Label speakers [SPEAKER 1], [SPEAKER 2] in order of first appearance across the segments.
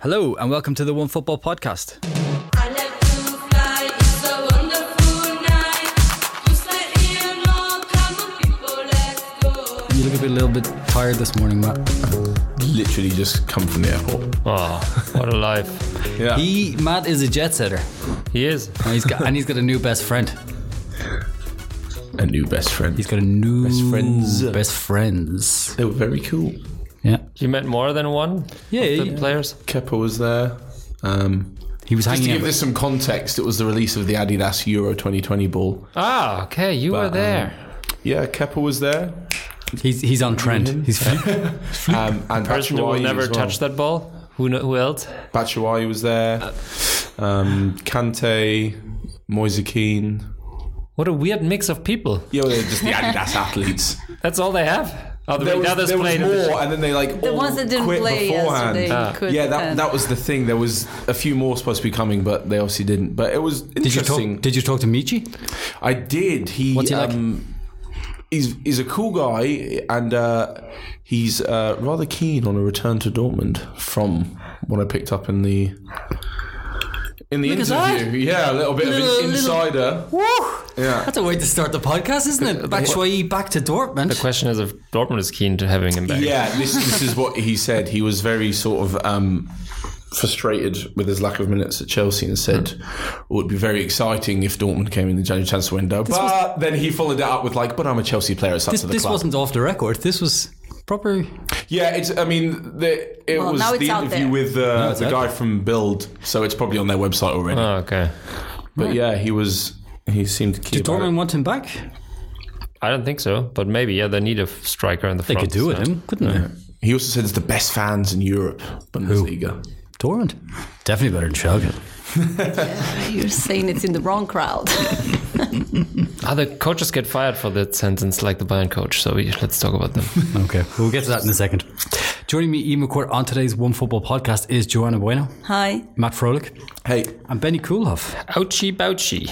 [SPEAKER 1] Hello and welcome to the One Football Podcast.
[SPEAKER 2] I let you fly, it's a wonderful night. Just let you know, come on, people, let's go.
[SPEAKER 1] You look a bit- little bit tired this morning, Matt.
[SPEAKER 3] literally just come from the airport.
[SPEAKER 4] Oh, what a life.
[SPEAKER 3] Yeah.
[SPEAKER 1] He Matt is a jet setter,
[SPEAKER 4] He is.
[SPEAKER 1] and he's got and he's got a new best friend.
[SPEAKER 3] a new best friend.
[SPEAKER 1] He's got a new
[SPEAKER 3] Best friends.
[SPEAKER 1] Best friends.
[SPEAKER 3] They were very cool.
[SPEAKER 1] Yeah,
[SPEAKER 4] You met more than one
[SPEAKER 1] yeah.
[SPEAKER 4] of the
[SPEAKER 1] yeah.
[SPEAKER 4] players?
[SPEAKER 3] Kepa was there. Um,
[SPEAKER 1] He was
[SPEAKER 3] just to
[SPEAKER 1] hanging out.
[SPEAKER 3] give this some context, it was the release of the Adidas Euro 2020 ball.
[SPEAKER 4] Ah, okay, you were
[SPEAKER 3] um,
[SPEAKER 4] there.
[SPEAKER 3] Yeah, Kepa was there.
[SPEAKER 1] with- he's he's on trend. He's
[SPEAKER 3] Um, and
[SPEAKER 4] Person who will
[SPEAKER 3] Batshuayi
[SPEAKER 4] never
[SPEAKER 3] as well.
[SPEAKER 4] touch that ball. Who kno- who else?
[SPEAKER 3] Batshuayi was there.
[SPEAKER 4] Uh,
[SPEAKER 3] Um, Kante, Moise Keane.
[SPEAKER 4] What a weird mix of people.
[SPEAKER 3] Yeah, well, they're just the Adidas athletes.
[SPEAKER 4] That's all they have. Oh, the
[SPEAKER 3] There was,
[SPEAKER 4] others
[SPEAKER 3] there was
[SPEAKER 4] played. in the-
[SPEAKER 3] more, and then they like
[SPEAKER 5] The
[SPEAKER 3] all
[SPEAKER 5] ones that didn't
[SPEAKER 3] quit
[SPEAKER 5] play
[SPEAKER 3] beforehand.
[SPEAKER 5] yesterday
[SPEAKER 4] Ah.
[SPEAKER 5] could uh,
[SPEAKER 3] Yeah, that,
[SPEAKER 5] then.
[SPEAKER 3] that was the thing. There was a few more supposed to be coming, but they obviously didn't. But it was interesting.
[SPEAKER 1] did you talk? Did you talk to Michi?
[SPEAKER 3] I did. He
[SPEAKER 1] What's he like?
[SPEAKER 3] um, he's he's a cool guy and uh, he's uh, rather keen on a return to Dortmund from what I picked up in the in the
[SPEAKER 1] Look at
[SPEAKER 3] interview. Yeah, a little bit of
[SPEAKER 1] Little-
[SPEAKER 3] an
[SPEAKER 1] little-
[SPEAKER 3] insider.
[SPEAKER 1] Woo!
[SPEAKER 3] Yeah.
[SPEAKER 1] That's a way to start the podcast, isn't it? Batshuayi back to Dortmund.
[SPEAKER 4] The question is if Dortmund is keen to having him back.
[SPEAKER 3] Yeah, this this is what he said. He was very sort of um, frustrated with his lack of minutes at Chelsea and said "Oh, it would be very exciting if Dortmund came in the January transfer window. But then he followed it up with like, "But I'm a Chelsea player, it's up
[SPEAKER 1] This,
[SPEAKER 3] to the
[SPEAKER 1] this
[SPEAKER 3] club."
[SPEAKER 1] wasn't off the record. This was proper.
[SPEAKER 3] Yeah, it's. I mean, the, it
[SPEAKER 5] Well,
[SPEAKER 3] was
[SPEAKER 5] now it's
[SPEAKER 3] the
[SPEAKER 5] out
[SPEAKER 3] interview
[SPEAKER 5] there.
[SPEAKER 3] with uh,
[SPEAKER 1] it's
[SPEAKER 3] the
[SPEAKER 1] out
[SPEAKER 3] guy from Build, so it's probably on their website already.
[SPEAKER 4] Oh, okay.
[SPEAKER 3] but Uh, yeah, he was. He seemed keen.
[SPEAKER 1] Did
[SPEAKER 3] about
[SPEAKER 1] Dortmund
[SPEAKER 3] it.
[SPEAKER 1] want him back?
[SPEAKER 4] I don't think so, but maybe yeah, they need a f- striker in the
[SPEAKER 1] They
[SPEAKER 4] front.
[SPEAKER 1] could do it,
[SPEAKER 4] so.
[SPEAKER 3] eh?
[SPEAKER 1] him, couldn't they?
[SPEAKER 3] He also said it's the best fans in Europe, Bundesliga.
[SPEAKER 1] Dortmund, definitely better than Schalke.
[SPEAKER 5] You're saying it's in the wrong crowd.
[SPEAKER 4] Other Ah, coaches get fired for that sentence, like the Bayern coach. So we, let's talk about them.
[SPEAKER 1] Okay, we'll get to that in a second. Joining me, Ian McCourt, on today's One Football podcast is Joanna Bueno,
[SPEAKER 5] Hi.
[SPEAKER 1] Matt Froelich,
[SPEAKER 3] Hey,
[SPEAKER 1] and Benny Kulhoff.
[SPEAKER 4] Ouchie, bouchie.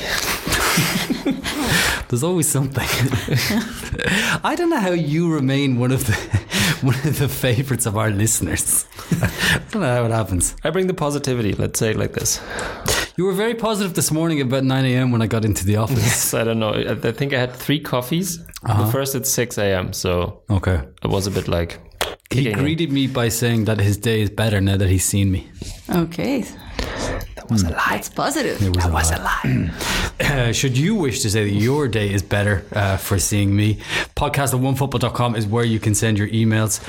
[SPEAKER 1] There's always something. I don't know how you remain one of the one of the favorites of our listeners. I don't know how it happens.
[SPEAKER 4] I bring the positivity. Let's say it like this.
[SPEAKER 1] You were very positive this morning about 9 a.m. when I got into the office.
[SPEAKER 4] Yes, I don't know. I I think I had three coffees. The first at 6 a.m., so
[SPEAKER 1] Okay.
[SPEAKER 4] I was a bit like.
[SPEAKER 1] He
[SPEAKER 4] kicking it.
[SPEAKER 1] greeted me by saying that his day is better now that he's seen me.
[SPEAKER 5] Okay. That was a lie. That's positive.
[SPEAKER 1] That was a lie. uh, should you wish to say that your day is better uh, for seeing me, podcast at onefootball.com is where you can send your emails.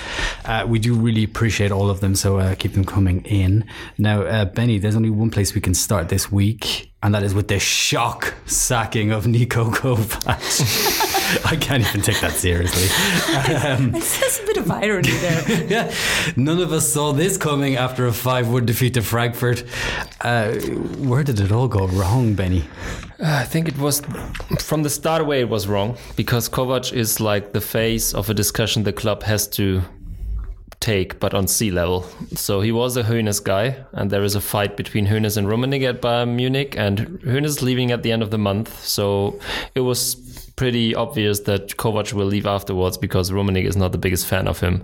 [SPEAKER 1] Uh, we do really appreciate all of them, so uh, keep them coming in. Now, uh, Benny, there's only one place we can start this week, and that is with the shock sacking of Nico Kovac. I can't even take that seriously.
[SPEAKER 5] There's a bit of irony there.
[SPEAKER 1] Yeah, none of us saw this coming after a 5 1 defeat to Frankfurt. Uh, where did it all go wrong, Benny?
[SPEAKER 4] I think it was from the start away, it was wrong because Kovac is like the face of a discussion the club has to take, but on sea level. So he was a Hoeneß guy, and there is a fight between Hoeneß and Rummenigge at Bayern Munich, and Hoeneß is leaving at the end of the month. So it was pretty obvious that Kovac will leave afterwards because Rummenigge is not the biggest fan of him.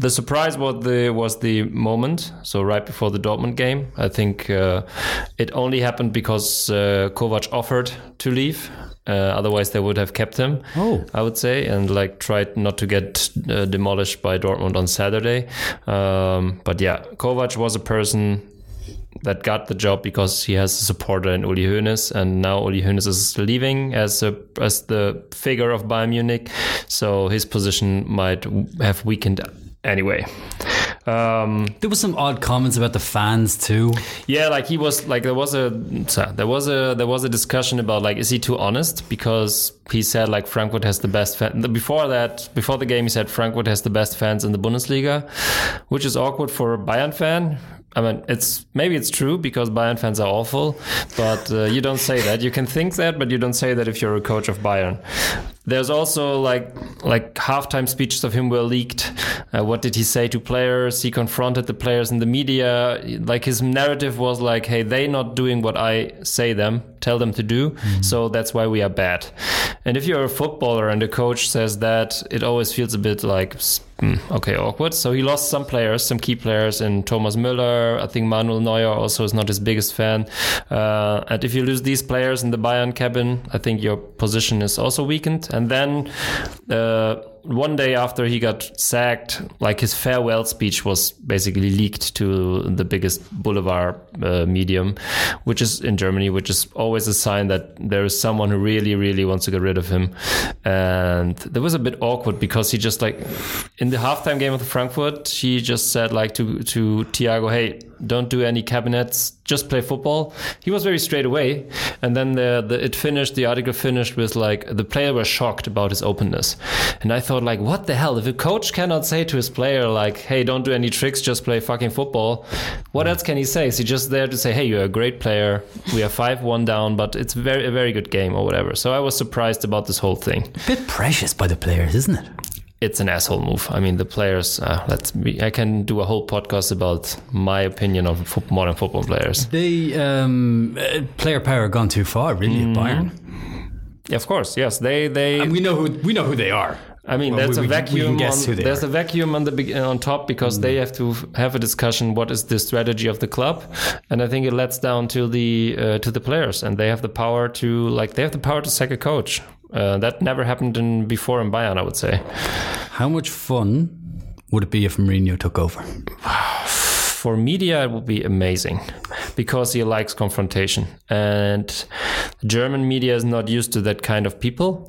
[SPEAKER 4] The surprise was the was the moment. So right before the Dortmund game, I think uh, it only happened because uh, Kovac offered to leave. Uh, otherwise, they would have kept him.
[SPEAKER 1] Oh.
[SPEAKER 4] I would say, and like tried not to get uh, demolished by Dortmund on Saturday. Um, but yeah, Kovac was a person that got the job because he has a supporter in Uli Hoeneß, and now Uli Hoeneß is leaving as a as the figure of Bayern Munich, so his position might w- have weakened anyway. Um,
[SPEAKER 1] There was some odd comments about the fans too.
[SPEAKER 4] yeah, like he was like there was a sorry, there was a there was a discussion about like is he too honest because he said like Frankfurt has the best fan before that before the game he said Frankfurt has the best fans in the Bundesliga, which is awkward for a Bayern fan. I mean, it's maybe it's true because Bayern fans are awful, but uh, you don't say that. You can think that, but you don't say that if you're a coach of Bayern. There's also like like halftime speeches of him were leaked. Uh, what did he say to players? He confronted the players in the media. Like his narrative was like, "Hey, they not doing what I say them, tell them to do. So that's why we are bad." And if you're a footballer and the coach says that, it always feels a bit like s- mm, okay, awkward. So he lost some players, some key players in Thomas Müller. I think Manuel Neuer also is not his biggest fan. Uh, and if you lose these players in the Bayern cabin, I think your position is also weakened. And then uh, one day after he got sacked, like his farewell speech was basically leaked to the biggest boulevard uh, medium, which is in Germany, which is always a sign that there is someone who really, really wants to get rid of him. And that was a bit awkward because he just like in the halftime game of Frankfurt, he just said like to to Thiago, "Hey, don't do any cabinets, just play football." He was very straight away, and then the, the it finished. The article finished with like the player was shocked about his openness, and I thought like, what the hell? If a coach cannot say to his player like, "Hey, don't do any tricks, just play fucking football," what else can he say? Is he just there to say, "Hey, you're a great player. We are five one down, but it's very a very good game or whatever." So I was surprised about this whole thing
[SPEAKER 1] A bit precious by the players, isn't it?
[SPEAKER 4] it's an asshole move. I mean, the players. Uh, let's. Be, I can do a whole podcast about my opinion on fo- modern football players.
[SPEAKER 1] They um, uh, player power gone too far, really. at Bayern,
[SPEAKER 4] Yeah, of course, yes. They. They.
[SPEAKER 1] and we know who we know who they are.
[SPEAKER 4] I mean,
[SPEAKER 1] Well,
[SPEAKER 4] there's
[SPEAKER 1] we-
[SPEAKER 4] a
[SPEAKER 1] we can- we can
[SPEAKER 4] vacuum.
[SPEAKER 1] guess
[SPEAKER 4] on,
[SPEAKER 1] who they
[SPEAKER 4] there's
[SPEAKER 1] are. Hmm.
[SPEAKER 4] a vacuum on the beg- on top because they have to f- have a discussion. What is the strategy of the club? And I think it lets down to the uh, to the players, and they have the power to like they have the power to sack a coach. Uh, that never happened in, before in Bayern, I would say.
[SPEAKER 1] How much fun would it be if Mourinho took over?
[SPEAKER 4] for media it would be amazing because he likes confrontation and german media is not used to that kind of people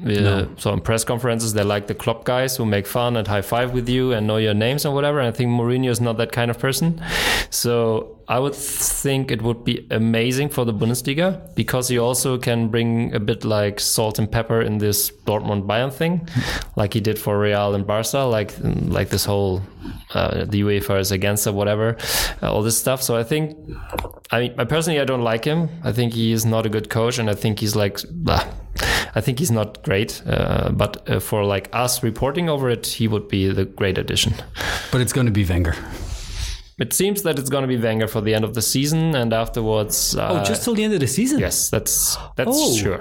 [SPEAKER 4] Uh, So in press conferences, they like the club guys who make fun and high five with you and know your names and whatever. And I think Mourinho is not that kind of person. So I would think it would be amazing for the Bundesliga because he also can bring a bit like salt and pepper in this Dortmund Bayern thing, like he did for Real and Barca, like like this whole uh, the UEFA is against or whatever, uh, all this stuff. So I think, I mean, I personally I don't like him. I think he is not a good coach, and I think he's like, blah. I think he's not great. Uh, but uh, for like us reporting over it, he would be the great addition.
[SPEAKER 1] But it's going to be Wenger.
[SPEAKER 4] It seems that it's going to be Wenger for the end of the season, and afterwards, uh,
[SPEAKER 1] oh, just till the end of the season.
[SPEAKER 4] yes, that's that's
[SPEAKER 1] Oh.
[SPEAKER 4] sure.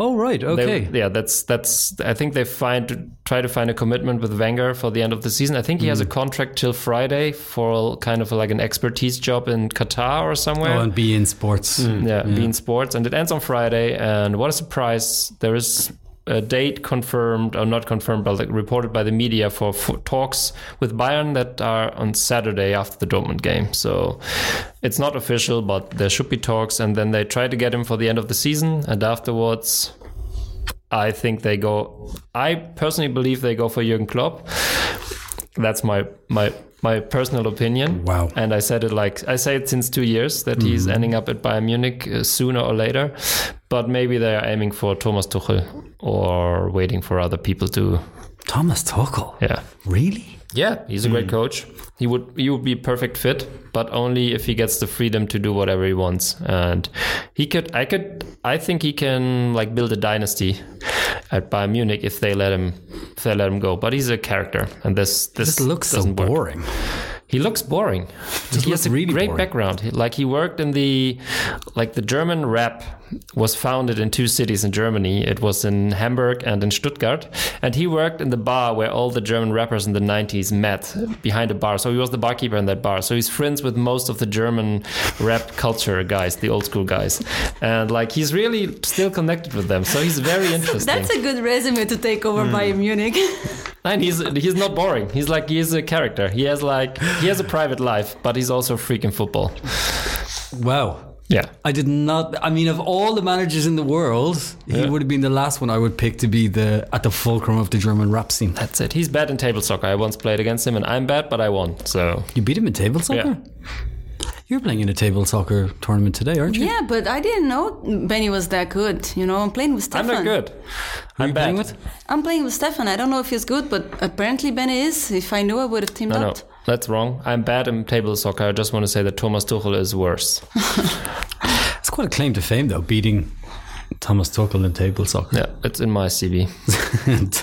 [SPEAKER 1] Oh, right.
[SPEAKER 4] They-
[SPEAKER 1] Okay.
[SPEAKER 4] yeah, that's that's. I think they find try to find a commitment with Wenger for the end of the season. I think he has
[SPEAKER 1] Hmm.
[SPEAKER 4] a contract till Friday for kind of like an expertise job in Qatar or somewhere.
[SPEAKER 1] oh, and be in sports.
[SPEAKER 4] yeah, Bean Sports, and it ends on Friday. And what a surprise! There is a date confirmed or not confirmed, but like reported by the media for f- talks with Bayern that are on Saturday after the Dortmund game. So it's not official, but there should be talks. And then they try to get him for the end of the season, and afterwards. I think they go. I personally believe they go for Jurgen Klopp. That's my my my personal opinion.
[SPEAKER 1] Wow.
[SPEAKER 4] And I said it like I say it since two years that he's ending up at Bayern Munich uh, sooner or later, but maybe they are aiming for Thomas Tuchel or waiting for other people to.
[SPEAKER 1] Thomas Tuchel.
[SPEAKER 4] Yeah.
[SPEAKER 1] Really?
[SPEAKER 4] Yeah, he's a
[SPEAKER 1] Hmm.
[SPEAKER 4] great coach. He would he would be a perfect fit, but only if he gets the freedom to do whatever he wants. And he could I could I think he can like build a dynasty at Bayern Munich if they let him if they let him go. But he's a character and this this
[SPEAKER 1] This looks so
[SPEAKER 4] doesn't work.
[SPEAKER 1] boring.
[SPEAKER 4] He looks boring. he
[SPEAKER 1] looks
[SPEAKER 4] has a
[SPEAKER 1] really
[SPEAKER 4] great
[SPEAKER 1] boring.
[SPEAKER 4] background. He- Like he worked in the like the German rap was founded in two cities in Germany. It was in Hamburg and in Stuttgart. And he worked in the bar where all the German rappers in the 90s met behind a bar. So he was the barkeeper in that bar. So he's friends with most of the German rap culture guys, the old school guys. And like he's really still connected with them. So he's very interesting.
[SPEAKER 5] That's a good resume to take over
[SPEAKER 4] Mm.
[SPEAKER 5] Bayern Munich.
[SPEAKER 4] And he's he's not boring. He's like he is a character. He has like he has a private life, but he's also a freak in football.
[SPEAKER 1] Wow.
[SPEAKER 4] Yeah.
[SPEAKER 1] I did not. I mean, of all the managers in the world, he would have been the last one I would pick to be the at the fulcrum of the German rap scene.
[SPEAKER 4] That's it. He's bad in table soccer. I once played against him and I'm bad, but I won. So
[SPEAKER 1] You beat him in table
[SPEAKER 4] yeah.
[SPEAKER 1] soccer. You're playing in a table soccer tournament today, aren't you?
[SPEAKER 5] yeah, but I didn't know Benny was that good. You know, I'm playing with
[SPEAKER 4] I'm not
[SPEAKER 5] Stefan.
[SPEAKER 4] good.
[SPEAKER 1] Who are
[SPEAKER 4] I'm
[SPEAKER 1] you
[SPEAKER 4] bad.
[SPEAKER 1] playing with?
[SPEAKER 5] I'm playing with Stefan. I don't know if he's good, but apparently Benny is. If I knew, I would have teamed
[SPEAKER 4] No, no.
[SPEAKER 5] up.
[SPEAKER 4] That's wrong. I'm bad in table soccer. I just want to say that Thomas Tuchel is worse.
[SPEAKER 1] It's quite a claim to fame, though, beating Thomas Tuchel and table soccer.
[SPEAKER 4] Yeah, it's in my CV.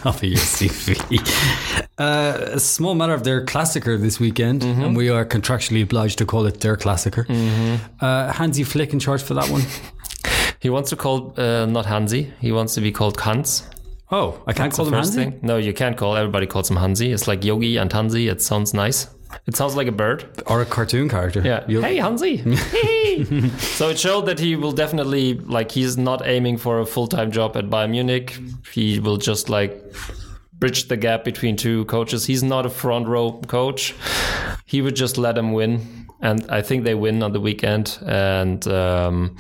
[SPEAKER 1] Top of your CV. Uh, a small matter of their classicer this weekend,
[SPEAKER 4] Mm-hmm.
[SPEAKER 1] and we are contractually obliged to call it their classicer. Uh, Hansi Flick in charge for that one.
[SPEAKER 4] He wants to call uh, not Hansi. He wants to be called Hans.
[SPEAKER 1] Oh, I can't call
[SPEAKER 4] the
[SPEAKER 1] him
[SPEAKER 4] first
[SPEAKER 1] Hansi.
[SPEAKER 4] thing. No, you can't call. Everybody calls him Hansi. It's like Yogi and Hansi. It sounds nice. It sounds like a bird.
[SPEAKER 1] or a cartoon character.
[SPEAKER 4] Yeah.
[SPEAKER 1] You-
[SPEAKER 4] Hey, Hansi. Hey. so it showed that he will definitely like he's not aiming for a full time job at Bayern Munich. He will just like bridge the gap between two coaches. He's not a front row coach. He would just let them win. And I think they win on the weekend, and um,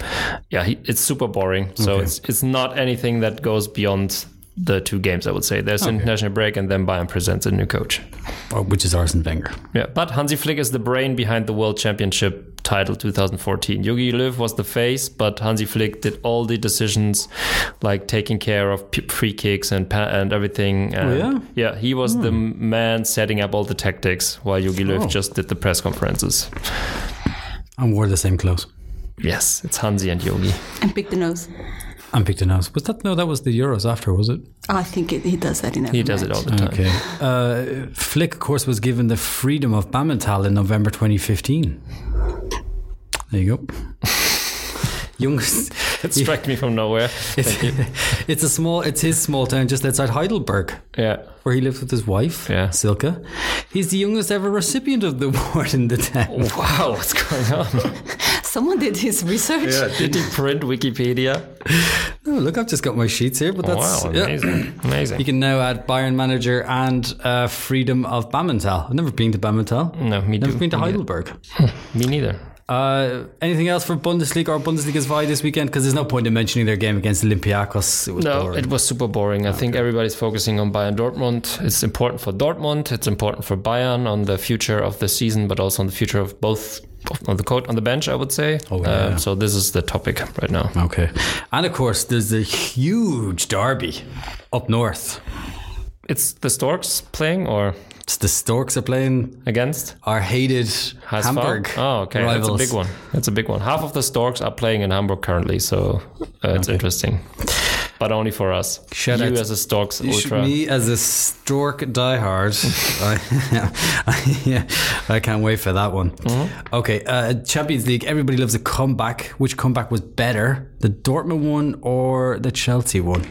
[SPEAKER 4] yeah, he, it's super boring. So it's it's not anything that goes beyond the two games. I would say there's an international break, and then Bayern presents a new coach.
[SPEAKER 1] Oh, which is Arsene Wenger.
[SPEAKER 4] Yeah, but Hansi Flick is the brain behind the World Championship title 2014. Yogi Löw was the face, but Hansi Flick did all the decisions, like taking care of p- free kicks and pa- and everything. And
[SPEAKER 1] Oh, yeah? Hmm.
[SPEAKER 4] he was the man setting up all the tactics, while Yogi
[SPEAKER 1] Oh.
[SPEAKER 4] Löw just did the press conferences.
[SPEAKER 1] And wore the same clothes.
[SPEAKER 4] Yes, it's Hansi and Yogi.
[SPEAKER 5] And pick the nose.
[SPEAKER 1] And picked a nose. Was that no? That was the Euros after, was it?
[SPEAKER 5] Oh, I think it, he does that in every
[SPEAKER 4] He does it
[SPEAKER 5] match.
[SPEAKER 4] all the time.
[SPEAKER 1] Okay. Uh, Flick, of course, was given the freedom of Bamental in November 2015. There you go. Young,
[SPEAKER 4] It struck me from nowhere.
[SPEAKER 1] it's, it's a small. It's his small town just outside Heidelberg,
[SPEAKER 4] Yeah.
[SPEAKER 1] where he lives with his wife,
[SPEAKER 4] Yeah.
[SPEAKER 1] Silke. He's the youngest ever recipient of the award in the town.
[SPEAKER 4] Wow, what's going on?
[SPEAKER 5] Someone did his research.
[SPEAKER 4] Did he print Wikipedia?
[SPEAKER 1] Oh, look, I've just got my sheets here, but that's
[SPEAKER 4] wow,
[SPEAKER 1] yeah.
[SPEAKER 4] amazing. Amazing.
[SPEAKER 1] You can now add Bayern manager and uh, freedom of Bamental. I've never been to Bamental.
[SPEAKER 4] No, me
[SPEAKER 1] Never
[SPEAKER 4] too.
[SPEAKER 1] been to
[SPEAKER 4] Me neither.
[SPEAKER 1] Heidelberg.
[SPEAKER 4] Me neither.
[SPEAKER 1] Uh, anything else for Bundesliga or Bundesliga Zwei this weekend? Because there's no point in mentioning their game against Olympiacos. It was
[SPEAKER 4] No,
[SPEAKER 1] boring.
[SPEAKER 4] it was super boring. I think everybody's focusing on Bayern Dortmund. It's important for Dortmund. It's important for Bayern on the future of the season, but also on the future of both on the court on the bench. I would say.
[SPEAKER 1] Oh, yeah.
[SPEAKER 4] Um, so this is the topic right now.
[SPEAKER 1] okay. And of course, there's a huge derby up north.
[SPEAKER 4] It's the Storks playing or
[SPEAKER 1] It's the Storks are playing
[SPEAKER 4] against
[SPEAKER 1] our hated
[SPEAKER 4] HSV?
[SPEAKER 1] Hamburg.
[SPEAKER 4] Oh, okay,
[SPEAKER 1] Rivals.
[SPEAKER 4] that's a big one. That's a big one. Half of the Storks are playing in Hamburg currently, so uh, it's interesting. But only for us.
[SPEAKER 1] Shout
[SPEAKER 4] you
[SPEAKER 1] out-
[SPEAKER 4] as a Storks
[SPEAKER 1] You should-
[SPEAKER 4] ultra.
[SPEAKER 1] Me as a stork diehard, I, I, yeah, I can't wait for that one.
[SPEAKER 4] Mm-hmm.
[SPEAKER 1] Okay, uh, Champions League. Everybody loves a comeback. Which comeback was better, the Dortmund one or the Chelsea one?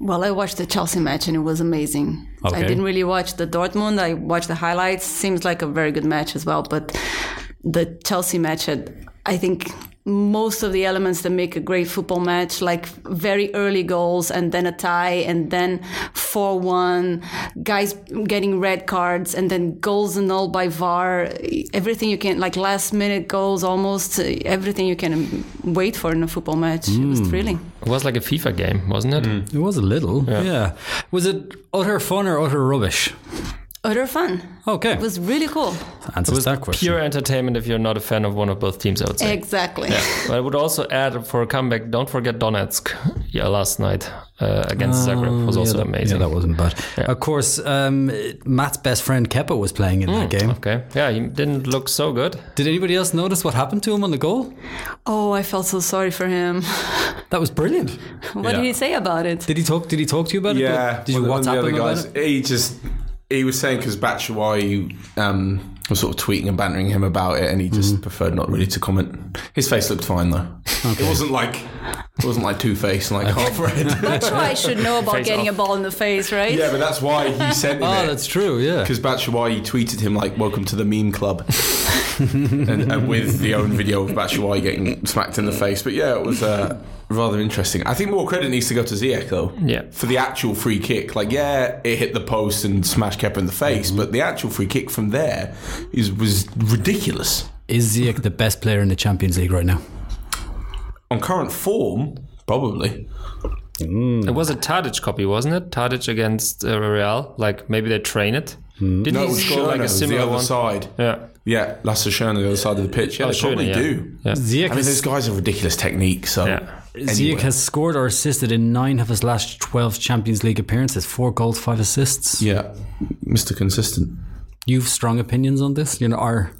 [SPEAKER 5] Well, I watched the Chelsea match and it was amazing.
[SPEAKER 1] Okay.
[SPEAKER 5] I didn't really watch the Dortmund. I watched the highlights. Seems like a very good match as well. But the Chelsea match had, I think, most of the elements that make a great football match, like very early goals and then a tie and then 4 1, guys getting red cards and then goals annulled by VAR. Everything you can, like last minute goals almost, everything you can wait for in a football match. It was thrilling.
[SPEAKER 4] It was like a FIFA game, wasn't it?
[SPEAKER 1] It was a little, yeah. Was it utter fun or utter rubbish?
[SPEAKER 5] Utter fun.
[SPEAKER 1] Okay,
[SPEAKER 5] It was really cool.
[SPEAKER 1] answers that question.
[SPEAKER 4] Pure entertainment if you're not a fan of one of both teams, I would say.
[SPEAKER 5] Exactly.
[SPEAKER 4] But I would also add for a comeback, don't forget Donetsk. Yeah, last night uh, against Zagreb was also
[SPEAKER 1] Oh, yeah, that,
[SPEAKER 4] amazing.
[SPEAKER 1] Yeah, that wasn't bad. Of course, um, Matt's best friend Kepa was playing in that game.
[SPEAKER 4] okay. Yeah, he didn't look so good.
[SPEAKER 1] Did anybody else notice what happened to him on the goal?
[SPEAKER 5] Oh, I felt so sorry for him.
[SPEAKER 1] That was brilliant.
[SPEAKER 5] What
[SPEAKER 3] Yeah.
[SPEAKER 5] did he say about it?
[SPEAKER 1] Did he talk? Did he talk to you about
[SPEAKER 3] Yeah.
[SPEAKER 1] it? Did you
[SPEAKER 3] one
[SPEAKER 1] WhatsApp
[SPEAKER 3] of the other
[SPEAKER 1] him
[SPEAKER 3] guys?
[SPEAKER 1] about it?
[SPEAKER 3] He just he was saying because Batshuayi um, was sort of tweeting and bantering him about it, and he just preferred not really to comment. His face looked fine though. It wasn't like it wasn't like two faced and like half red.
[SPEAKER 5] That's why I should know about
[SPEAKER 4] Face
[SPEAKER 5] getting
[SPEAKER 4] off.
[SPEAKER 5] a ball in the face, right?
[SPEAKER 3] yeah, but that's why he sent him
[SPEAKER 1] Oh,
[SPEAKER 3] it.
[SPEAKER 1] that's true. Yeah.
[SPEAKER 3] Because Batshuayi tweeted him like, "Welcome to the meme club," and, and with the own video of Batshuayi getting smacked in the face. But yeah, it was uh, rather interesting. I think more credit needs to go to Ziyech though,
[SPEAKER 4] Yeah.
[SPEAKER 3] for the actual free kick. Like, yeah, it hit the post and smashed Kepa in the
[SPEAKER 4] Mm-hmm.
[SPEAKER 3] face, but the actual free kick from there is was ridiculous.
[SPEAKER 1] Is Ziyech the best player in the Champions League right now?
[SPEAKER 3] On current form, probably.
[SPEAKER 1] Hmm.
[SPEAKER 4] It was a Tadic copy, wasn't it? Tadic against uh, Real. Like maybe they train it.
[SPEAKER 1] Hmm.
[SPEAKER 4] Didn't
[SPEAKER 3] No, it
[SPEAKER 4] he
[SPEAKER 3] was
[SPEAKER 4] score
[SPEAKER 3] Schürrle,
[SPEAKER 4] like
[SPEAKER 3] it
[SPEAKER 4] a
[SPEAKER 3] was the
[SPEAKER 4] similar
[SPEAKER 3] other
[SPEAKER 4] one?
[SPEAKER 3] side.
[SPEAKER 4] Yeah.
[SPEAKER 3] Yeah, Lasse Schürrle, the other side of the pitch. Yeah,
[SPEAKER 4] Oh,
[SPEAKER 3] they
[SPEAKER 4] Schürrle,
[SPEAKER 3] probably
[SPEAKER 4] yeah.
[SPEAKER 3] do.
[SPEAKER 4] Yeah.
[SPEAKER 1] Ziyech,
[SPEAKER 3] I mean, those
[SPEAKER 1] has,
[SPEAKER 3] guys have ridiculous technique. So
[SPEAKER 4] Yeah.
[SPEAKER 1] Ziyech has scored or assisted in nine of his last twelve Champions League appearances. Four goals, five assists.
[SPEAKER 3] Yeah, Mr. Consistent.
[SPEAKER 1] You've strong opinions on this. You know, are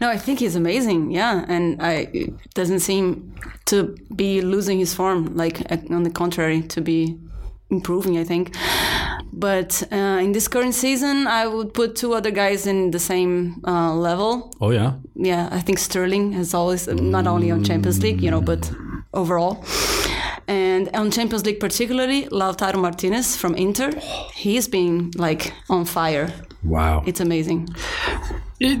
[SPEAKER 5] No, I think he's amazing. Yeah, and I it doesn't seem to be losing his form. Like uh, on the contrary, to be improving. I think. But uh, in this current season, I would put two other guys in the same uh, level.
[SPEAKER 1] Oh yeah,
[SPEAKER 5] Yeah, I think Sterling has always not only on Champions League, you know, but overall. And on Champions League particularly, Lautaro Martinez from Inter, he's been like on fire.
[SPEAKER 1] wow.
[SPEAKER 5] It's amazing.
[SPEAKER 1] It,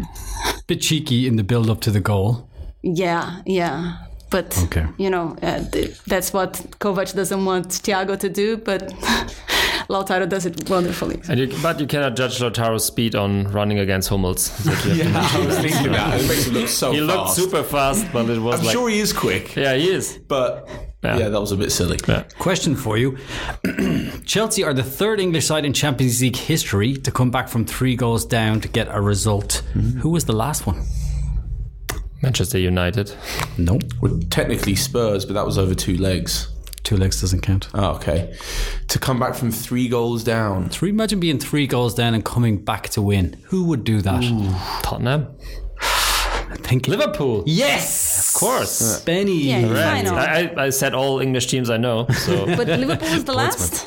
[SPEAKER 1] bit cheeky in the build up to the goal.
[SPEAKER 5] Yeah, yeah. But
[SPEAKER 1] Okay.
[SPEAKER 5] you know, uh, th- that's what Kovac doesn't want Thiago to do, but Lautaro does it wonderfully.
[SPEAKER 4] And you, but you cannot judge Lautaro's speed on running against Hummels. That you have to
[SPEAKER 3] I was thinking that. It makes him look so
[SPEAKER 4] He looked
[SPEAKER 3] fast.
[SPEAKER 4] super fast, but it was
[SPEAKER 3] I'm
[SPEAKER 4] like
[SPEAKER 3] sure he is quick,
[SPEAKER 4] yeah, he is.
[SPEAKER 3] but yeah. that was a bit silly.
[SPEAKER 1] Question for you: Chelsea are the third English side in Champions League history to come back from three goals down to get a result. Who was the last one?
[SPEAKER 4] Manchester United.
[SPEAKER 1] Nope,
[SPEAKER 3] Well, technically Spurs, but that was over two legs.
[SPEAKER 1] two legs doesn't count.
[SPEAKER 3] Oh, okay. To come back from three goals down.
[SPEAKER 1] Three, imagine being three goals down and coming back to win. Who would do that?
[SPEAKER 4] Tottenham.
[SPEAKER 1] I think
[SPEAKER 4] Liverpool.
[SPEAKER 1] Yes,
[SPEAKER 4] Of course.
[SPEAKER 1] Benny.
[SPEAKER 5] Yeah, it's
[SPEAKER 4] I,
[SPEAKER 5] final.
[SPEAKER 4] I, I said all English teams I know. So
[SPEAKER 5] but Liverpool was the last.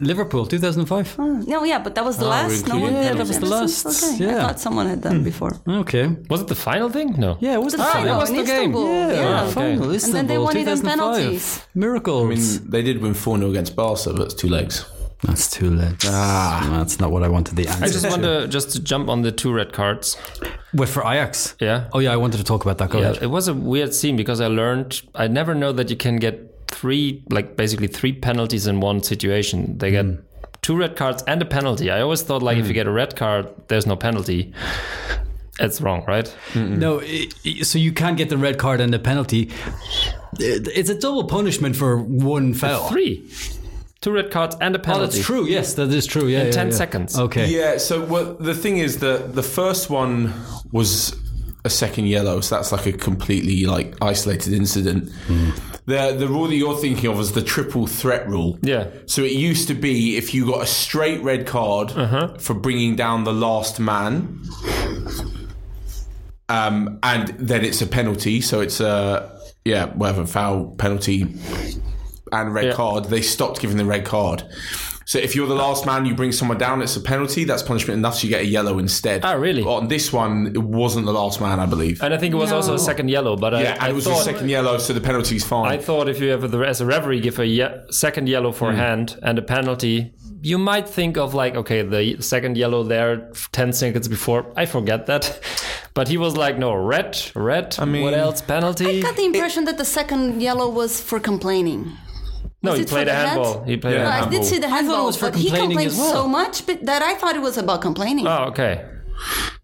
[SPEAKER 1] Liverpool, 2005.
[SPEAKER 5] No, yeah, but that was the last. No
[SPEAKER 3] included that.
[SPEAKER 5] one did
[SPEAKER 1] Oh, Yeah, that was the
[SPEAKER 5] Anderson?
[SPEAKER 1] last.
[SPEAKER 5] Okay. I
[SPEAKER 1] Yeah. Hmm.
[SPEAKER 5] thought someone had done before.
[SPEAKER 1] Okay.
[SPEAKER 4] was it the final thing? No.
[SPEAKER 1] Yeah, it was the
[SPEAKER 5] Ah,
[SPEAKER 1] final.
[SPEAKER 5] that was the In game. Istanbul,
[SPEAKER 1] Yeah,
[SPEAKER 5] yeah.
[SPEAKER 1] the final.
[SPEAKER 5] And then they
[SPEAKER 1] Istanbul,
[SPEAKER 5] won it on
[SPEAKER 1] 2005.
[SPEAKER 5] penalties.
[SPEAKER 1] Miracles.
[SPEAKER 3] I mean, they did win 4 0 against Barca, but it's two legs.
[SPEAKER 1] that's too late. That's not what I wanted the answer.
[SPEAKER 4] I just want to just to jump on the two red cards.
[SPEAKER 1] Wait for Ajax.
[SPEAKER 4] Yeah.
[SPEAKER 1] Oh yeah, I wanted to talk about that. Go
[SPEAKER 4] Yeah,
[SPEAKER 1] ahead.
[SPEAKER 4] it was a weird scene because I learned I never know that you can get three like basically three penalties in one situation. They
[SPEAKER 3] Hmm.
[SPEAKER 4] get two red cards and a penalty. I always thought like if you get a red card, there's no penalty. It's wrong, right?
[SPEAKER 3] Hmm.
[SPEAKER 1] No, i i- so you can't get the red card and the penalty. It- It's a double punishment for one foul.
[SPEAKER 4] Three. Two red cards and a
[SPEAKER 1] Oh,
[SPEAKER 4] penalty.
[SPEAKER 1] that's true. Yes, that is true. Yeah,
[SPEAKER 4] In
[SPEAKER 1] yeah,
[SPEAKER 4] 10
[SPEAKER 1] yeah.
[SPEAKER 4] seconds.
[SPEAKER 1] Okay.
[SPEAKER 3] Yeah, so what, the thing is that the first one was a second yellow, so that's like a completely like isolated incident. The the rule that you're thinking of is the triple threat rule.
[SPEAKER 4] Yeah.
[SPEAKER 3] So it used to be if you got a straight red card for bringing down the last man, um, and then it's a penalty. So it's a yeah, whatever foul penalty and red
[SPEAKER 4] Yeah.
[SPEAKER 3] card. They stopped giving the red card. So if you're the last man, you bring someone down. It's a penalty. That's punishment enough. So you get a yellow instead.
[SPEAKER 4] Ah, really?
[SPEAKER 3] On this one, it wasn't the last man, I believe.
[SPEAKER 4] And I think it was also a second yellow, but
[SPEAKER 3] yeah, and
[SPEAKER 4] I, I
[SPEAKER 3] it was the
[SPEAKER 4] thought
[SPEAKER 3] second yellow, so the penalty's fine.
[SPEAKER 4] I thought if you ever the as a referee give a ye- second yellow for a hand and a penalty, you might think of like okay the second yellow there ten seconds before. I forget that, but he was like no red, red. I mean, what else
[SPEAKER 5] I
[SPEAKER 4] penalty?
[SPEAKER 5] got the impression that the second yellow was for complaining.
[SPEAKER 4] No,
[SPEAKER 5] was
[SPEAKER 4] he
[SPEAKER 5] it for
[SPEAKER 4] played a
[SPEAKER 5] the hand?
[SPEAKER 4] handball. He played
[SPEAKER 3] Yeah. I
[SPEAKER 4] a
[SPEAKER 5] I
[SPEAKER 4] handball.
[SPEAKER 5] did see the handball,
[SPEAKER 1] was for
[SPEAKER 5] but he
[SPEAKER 1] complaining
[SPEAKER 5] complained
[SPEAKER 1] as well.
[SPEAKER 5] so much but that I thought it was about complaining.
[SPEAKER 4] Oh, okay.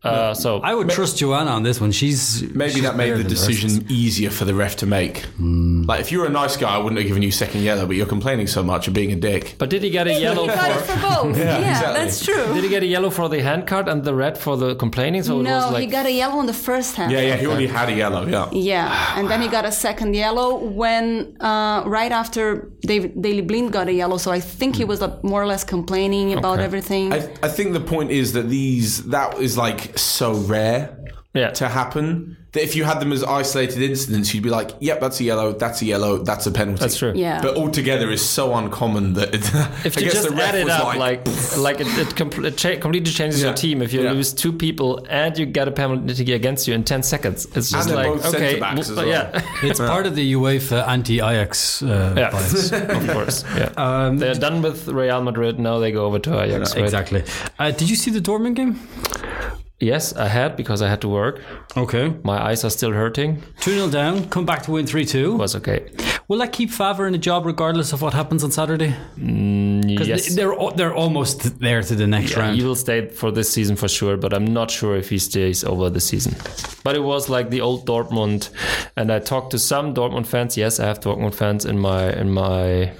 [SPEAKER 4] Uh, so
[SPEAKER 1] I would trust Joanna on this one. She's
[SPEAKER 3] Maybe
[SPEAKER 1] she's
[SPEAKER 3] that made
[SPEAKER 1] better
[SPEAKER 3] the
[SPEAKER 1] than rest.
[SPEAKER 3] decision easier for the ref to make. Like, if you were a nice guy, I wouldn't have given you second yellow, but you're complaining so much and being a dick.
[SPEAKER 4] but did he get a
[SPEAKER 5] he
[SPEAKER 4] yellow
[SPEAKER 5] got it
[SPEAKER 4] for?
[SPEAKER 5] for both. yeah,
[SPEAKER 3] exactly.
[SPEAKER 5] that's true.
[SPEAKER 4] Did he get a yellow for the hand card and the red for the complaining? So it
[SPEAKER 5] no,
[SPEAKER 4] was like
[SPEAKER 5] he got a yellow on the first hand.
[SPEAKER 3] Yeah, yeah, he already had a yellow, yeah.
[SPEAKER 5] Yeah, and then he got a second yellow when uh, right after David Daily Blind got a yellow. So I think he was uh, more or less complaining about
[SPEAKER 4] Okay.
[SPEAKER 5] everything.
[SPEAKER 3] I,
[SPEAKER 4] Mm.
[SPEAKER 3] I think the point is that these, that is like so rare
[SPEAKER 4] Yeah.
[SPEAKER 3] to happen that if you had them as isolated incidents, you'd be like, yep, that's a yellow, that's a yellow, that's a penalty.
[SPEAKER 4] That's true.
[SPEAKER 5] Yeah.
[SPEAKER 3] But altogether is so uncommon that it,
[SPEAKER 4] if
[SPEAKER 3] I
[SPEAKER 4] you
[SPEAKER 3] guess
[SPEAKER 4] just
[SPEAKER 3] the ref
[SPEAKER 4] add it
[SPEAKER 3] was
[SPEAKER 4] up, like like it, it, compl- it cha- completely changes your
[SPEAKER 3] Yeah.
[SPEAKER 4] team. If you
[SPEAKER 3] Yeah.
[SPEAKER 4] lose two people and you get a penalty against you in ten seconds, it's just
[SPEAKER 3] they're
[SPEAKER 4] like
[SPEAKER 3] both
[SPEAKER 4] okay,
[SPEAKER 3] centre-backs as
[SPEAKER 4] w-
[SPEAKER 3] well.
[SPEAKER 4] yeah,
[SPEAKER 1] It's part of the UEFA anti-Ajax uh,
[SPEAKER 4] yeah,
[SPEAKER 1] bias.
[SPEAKER 4] of course. Yeah, they're done with Real Madrid now. They go over to Ajax. right?
[SPEAKER 1] Um, Exactly. Uh, did you see the Dortmund game?
[SPEAKER 4] Yes, I had because I had to work.
[SPEAKER 1] Okay.
[SPEAKER 4] My eyes are still hurting.
[SPEAKER 1] 2 0 down, come back to win 3 2.
[SPEAKER 4] Was okay.
[SPEAKER 1] Will that keep Favre in a job regardless of what happens on Saturday? Because
[SPEAKER 4] Yes.
[SPEAKER 1] they're, al- they're almost there to the next round.
[SPEAKER 4] He will stay for this season for sure, but I'm not sure if he stays over the season. But it was like the old Dortmund, and I talked to some Dortmund fans. Yes, I have Dortmund fans in my in my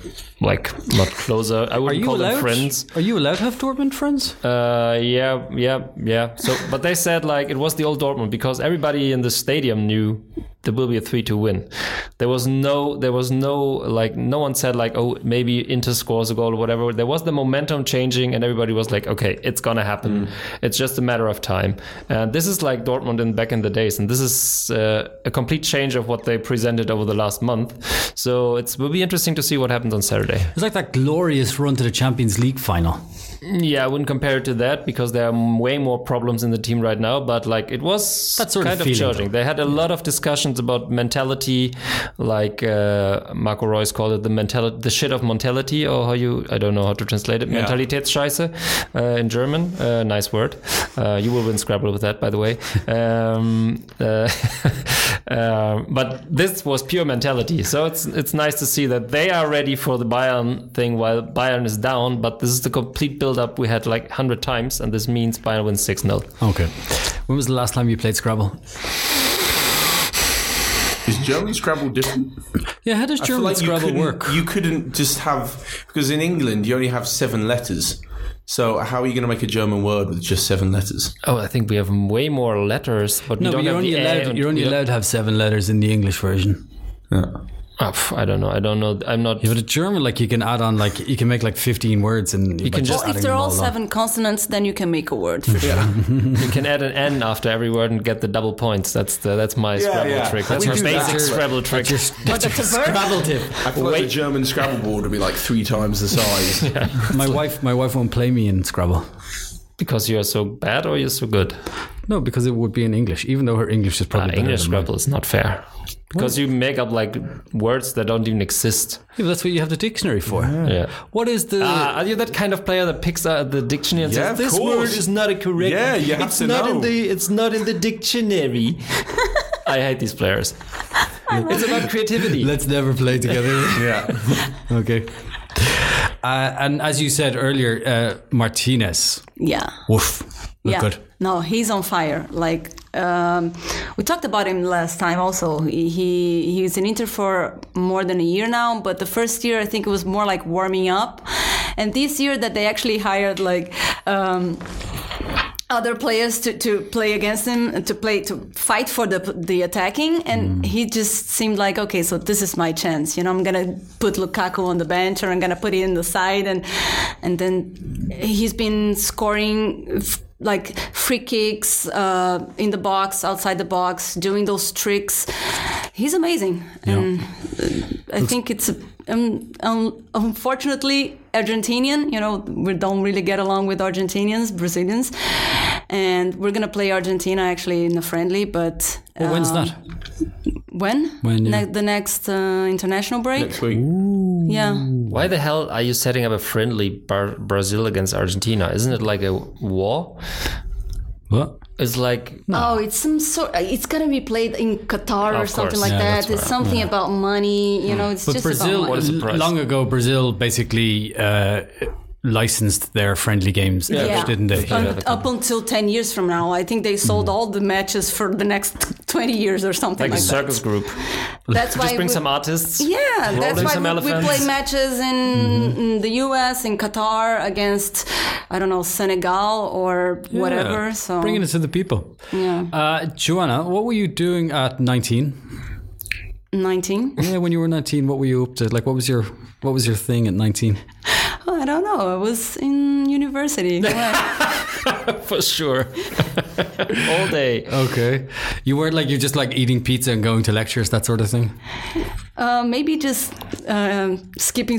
[SPEAKER 4] like not closer. I
[SPEAKER 1] Are
[SPEAKER 4] wouldn't
[SPEAKER 1] you
[SPEAKER 4] call
[SPEAKER 1] allowed?
[SPEAKER 4] them friends.
[SPEAKER 1] Are you allowed to have Dortmund friends?
[SPEAKER 4] Uh, yeah, yeah, yeah. So, but they said like it was the old Dortmund because everybody in the stadium knew there will be a three-two win. There was no, there was no like no one said like oh maybe Inter scores a goal or whatever. There was the momentum changing and everybody was like okay it's gonna happen. It's just a matter of time. And this is like Dortmund in back in the days and this is uh, a complete change of what they presented over the last month. So it will be interesting to see what happens on Saturday.
[SPEAKER 1] It's like that glorious run to the Champions League final.
[SPEAKER 4] Yeah, I wouldn't compare it to that because there are way more problems in the team right now. But like, it was
[SPEAKER 1] That sort of
[SPEAKER 4] kind of,
[SPEAKER 1] feeling,
[SPEAKER 4] charging. They had a lot of discussions about mentality, like uh, Marco Reus called it the mentality, the shit of mentality, or how you I don't know how to translate it, Mentalitätsscheiße uh, in German. Uh, nice word. Uh, you will win Scrabble with that, by the way. Um, uh, um, but this was pure mentality, so it's it's nice to see that they are ready for the Bayern thing while Bayern is down. But this is the complete build-up we had like hundred times, and this means Bayern wins six 0
[SPEAKER 1] Okay. When was the last time you played Scrabble?
[SPEAKER 3] Is German Scrabble different?
[SPEAKER 1] Yeah, how does
[SPEAKER 3] I feel
[SPEAKER 1] German Scrabble
[SPEAKER 3] couldn't-
[SPEAKER 1] work?
[SPEAKER 3] You couldn't just have because in England you only have seven letters. So how are you going to make a German word with just seven letters?
[SPEAKER 4] Oh, I think we have way more letters, but
[SPEAKER 1] no, but
[SPEAKER 4] we don't
[SPEAKER 1] you're
[SPEAKER 4] have
[SPEAKER 1] only
[SPEAKER 4] the A
[SPEAKER 1] allowed
[SPEAKER 4] and
[SPEAKER 1] you're only
[SPEAKER 4] we-
[SPEAKER 1] allowed to have seven letters in the English version.
[SPEAKER 4] Oh, pff, I don't know. I don't know. I'm not.
[SPEAKER 1] But a German, like you can add on, like you can make like fifteen words, and you
[SPEAKER 4] can just-
[SPEAKER 5] Well, if they're all seven consonants, then you can make a word for sure.
[SPEAKER 4] You can add an N after every word and get the double points. That's the that's my Scrabble
[SPEAKER 3] yeah.
[SPEAKER 4] trick.
[SPEAKER 3] But
[SPEAKER 4] That's
[SPEAKER 1] we
[SPEAKER 4] my
[SPEAKER 1] do that.
[SPEAKER 4] basic Scrabble trick.
[SPEAKER 5] But that's a verb.
[SPEAKER 1] Scrabble tip.
[SPEAKER 3] I feel like the German Scrabble board would be like three times the size.
[SPEAKER 1] My wife, my wife won't play me in Scrabble.
[SPEAKER 4] Because you are so bad or you're so good.
[SPEAKER 1] No, because it would be in English, even though her English is
[SPEAKER 4] Uh,
[SPEAKER 1] probably better
[SPEAKER 4] English
[SPEAKER 1] than mine.
[SPEAKER 4] Scrabble is not fair. Because you make up like words that don't even exist.
[SPEAKER 1] Yeah, but that's what you have the dictionary for.
[SPEAKER 4] Yeah.
[SPEAKER 1] What is the?
[SPEAKER 4] Ah, are you that kind of player that picks out the dictionary and
[SPEAKER 3] Yeah,
[SPEAKER 4] says
[SPEAKER 3] of
[SPEAKER 4] this
[SPEAKER 3] course.
[SPEAKER 4] word is not a correct?
[SPEAKER 3] Yeah, you have
[SPEAKER 4] it's
[SPEAKER 3] to
[SPEAKER 4] not
[SPEAKER 3] know.
[SPEAKER 4] in the it's not in the dictionary. I hate these players. It's about creativity.
[SPEAKER 1] Let's never play together.
[SPEAKER 3] yeah.
[SPEAKER 1] okay. Uh, and as you said earlier, uh, Martinez.
[SPEAKER 5] Yeah.
[SPEAKER 1] Woof. Look
[SPEAKER 5] yeah.
[SPEAKER 1] good.
[SPEAKER 5] No, he's on fire. Like um, we talked about him last time. Also, he he- he's in Inter for more than a year now. But the first year, I think it was more like warming up, and this year that they actually hired like. Um, other players to, to play against him to play to fight for the the attacking and he just seemed like okay so this is my chance you know I'm gonna put Lukaku on the bench or I'm gonna put it in the side and and then he's been scoring f- like free kicks uh, in the box outside the box doing those tricks he's amazing and uh, I think it's a, um, um, unfortunately Argentinian. You know, we don't really get along with Argentinians, Brazilians, and we're gonna play Argentina actually in a friendly. But
[SPEAKER 1] Well, when's
[SPEAKER 5] um,
[SPEAKER 1] that?
[SPEAKER 5] When?
[SPEAKER 1] When, yeah.
[SPEAKER 5] Ne- the next uh, international break?
[SPEAKER 3] Next week.
[SPEAKER 5] Yeah.
[SPEAKER 4] Why the hell are you setting up a friendly Bar- Brazil against Argentina? Isn't it like a war?
[SPEAKER 1] What?
[SPEAKER 4] It's like
[SPEAKER 5] Oh, it's some sort. It's gonna be played in Qatar or
[SPEAKER 4] Of
[SPEAKER 5] something
[SPEAKER 4] course.
[SPEAKER 5] like
[SPEAKER 1] Yeah, Mm.
[SPEAKER 5] that.
[SPEAKER 1] that's
[SPEAKER 5] It's something about money. You know, it's
[SPEAKER 1] But
[SPEAKER 5] just
[SPEAKER 1] Brazil,
[SPEAKER 5] about money.
[SPEAKER 4] a
[SPEAKER 1] l-
[SPEAKER 4] surprise.
[SPEAKER 1] long ago, Brazil basically uh, licensed their friendly games, uh,
[SPEAKER 5] Yeah.
[SPEAKER 1] didn't they? Mm.
[SPEAKER 5] Un- up until 10 years from now, I think they sold all the matches for the next 20 years or something
[SPEAKER 4] like a
[SPEAKER 5] like, that.
[SPEAKER 4] circus group.
[SPEAKER 5] That's why
[SPEAKER 4] Just bring
[SPEAKER 5] we-
[SPEAKER 4] some artists.
[SPEAKER 5] Yeah,
[SPEAKER 4] roll
[SPEAKER 5] that's
[SPEAKER 4] in
[SPEAKER 5] why
[SPEAKER 4] some
[SPEAKER 5] we, we
[SPEAKER 4] elephants. Mm-hmm.
[SPEAKER 5] play matches in, in the US, in Qatar against, I don't know, Senegal or whatever. So
[SPEAKER 1] Bringing it to the people.
[SPEAKER 5] Yeah.
[SPEAKER 1] Uh, Joanna, what were you doing at 19?
[SPEAKER 5] 19.
[SPEAKER 1] Yeah, when you were 19, what were you up to? Like, what was your what was your thing at 19?
[SPEAKER 5] Oh, I don't know. I was in university. What?
[SPEAKER 4] for sure. All day.
[SPEAKER 1] Okay, you weren't like you're just like eating pizza and going to lectures, that sort of thing.
[SPEAKER 5] uh, maybe just uh, skipping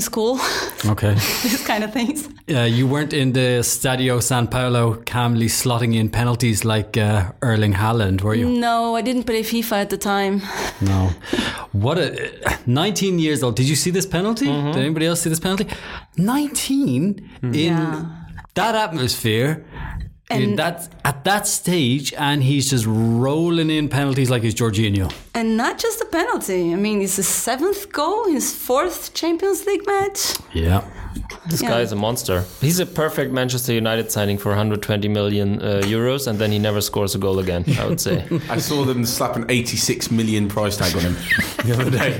[SPEAKER 5] school,
[SPEAKER 1] Okay,
[SPEAKER 5] these kind of things.
[SPEAKER 1] uh, you weren't in the Stadio San Paolo calmly slotting in penalties like uh, Erling Haaland, were you?
[SPEAKER 5] No, I didn't play FIFA at the time.
[SPEAKER 1] Mm. No. What a 19 years old. Did you see this penalty? Did anybody else see this penalty? 19 in
[SPEAKER 5] Yeah.
[SPEAKER 1] that atmosphere. in that at that stage, and he's just rolling in penalties like he's Jorginho.
[SPEAKER 5] And not just a penalty. I mean, it's his seventh goal, his fourth Champions League match.
[SPEAKER 1] Yeah,
[SPEAKER 4] This
[SPEAKER 5] Yeah.
[SPEAKER 4] guy is a monster. He's a perfect Manchester United signing for 120 million uh, euros, and then he never scores a goal again. I would say.
[SPEAKER 3] I saw them slap an 86 million price tag on him the other day.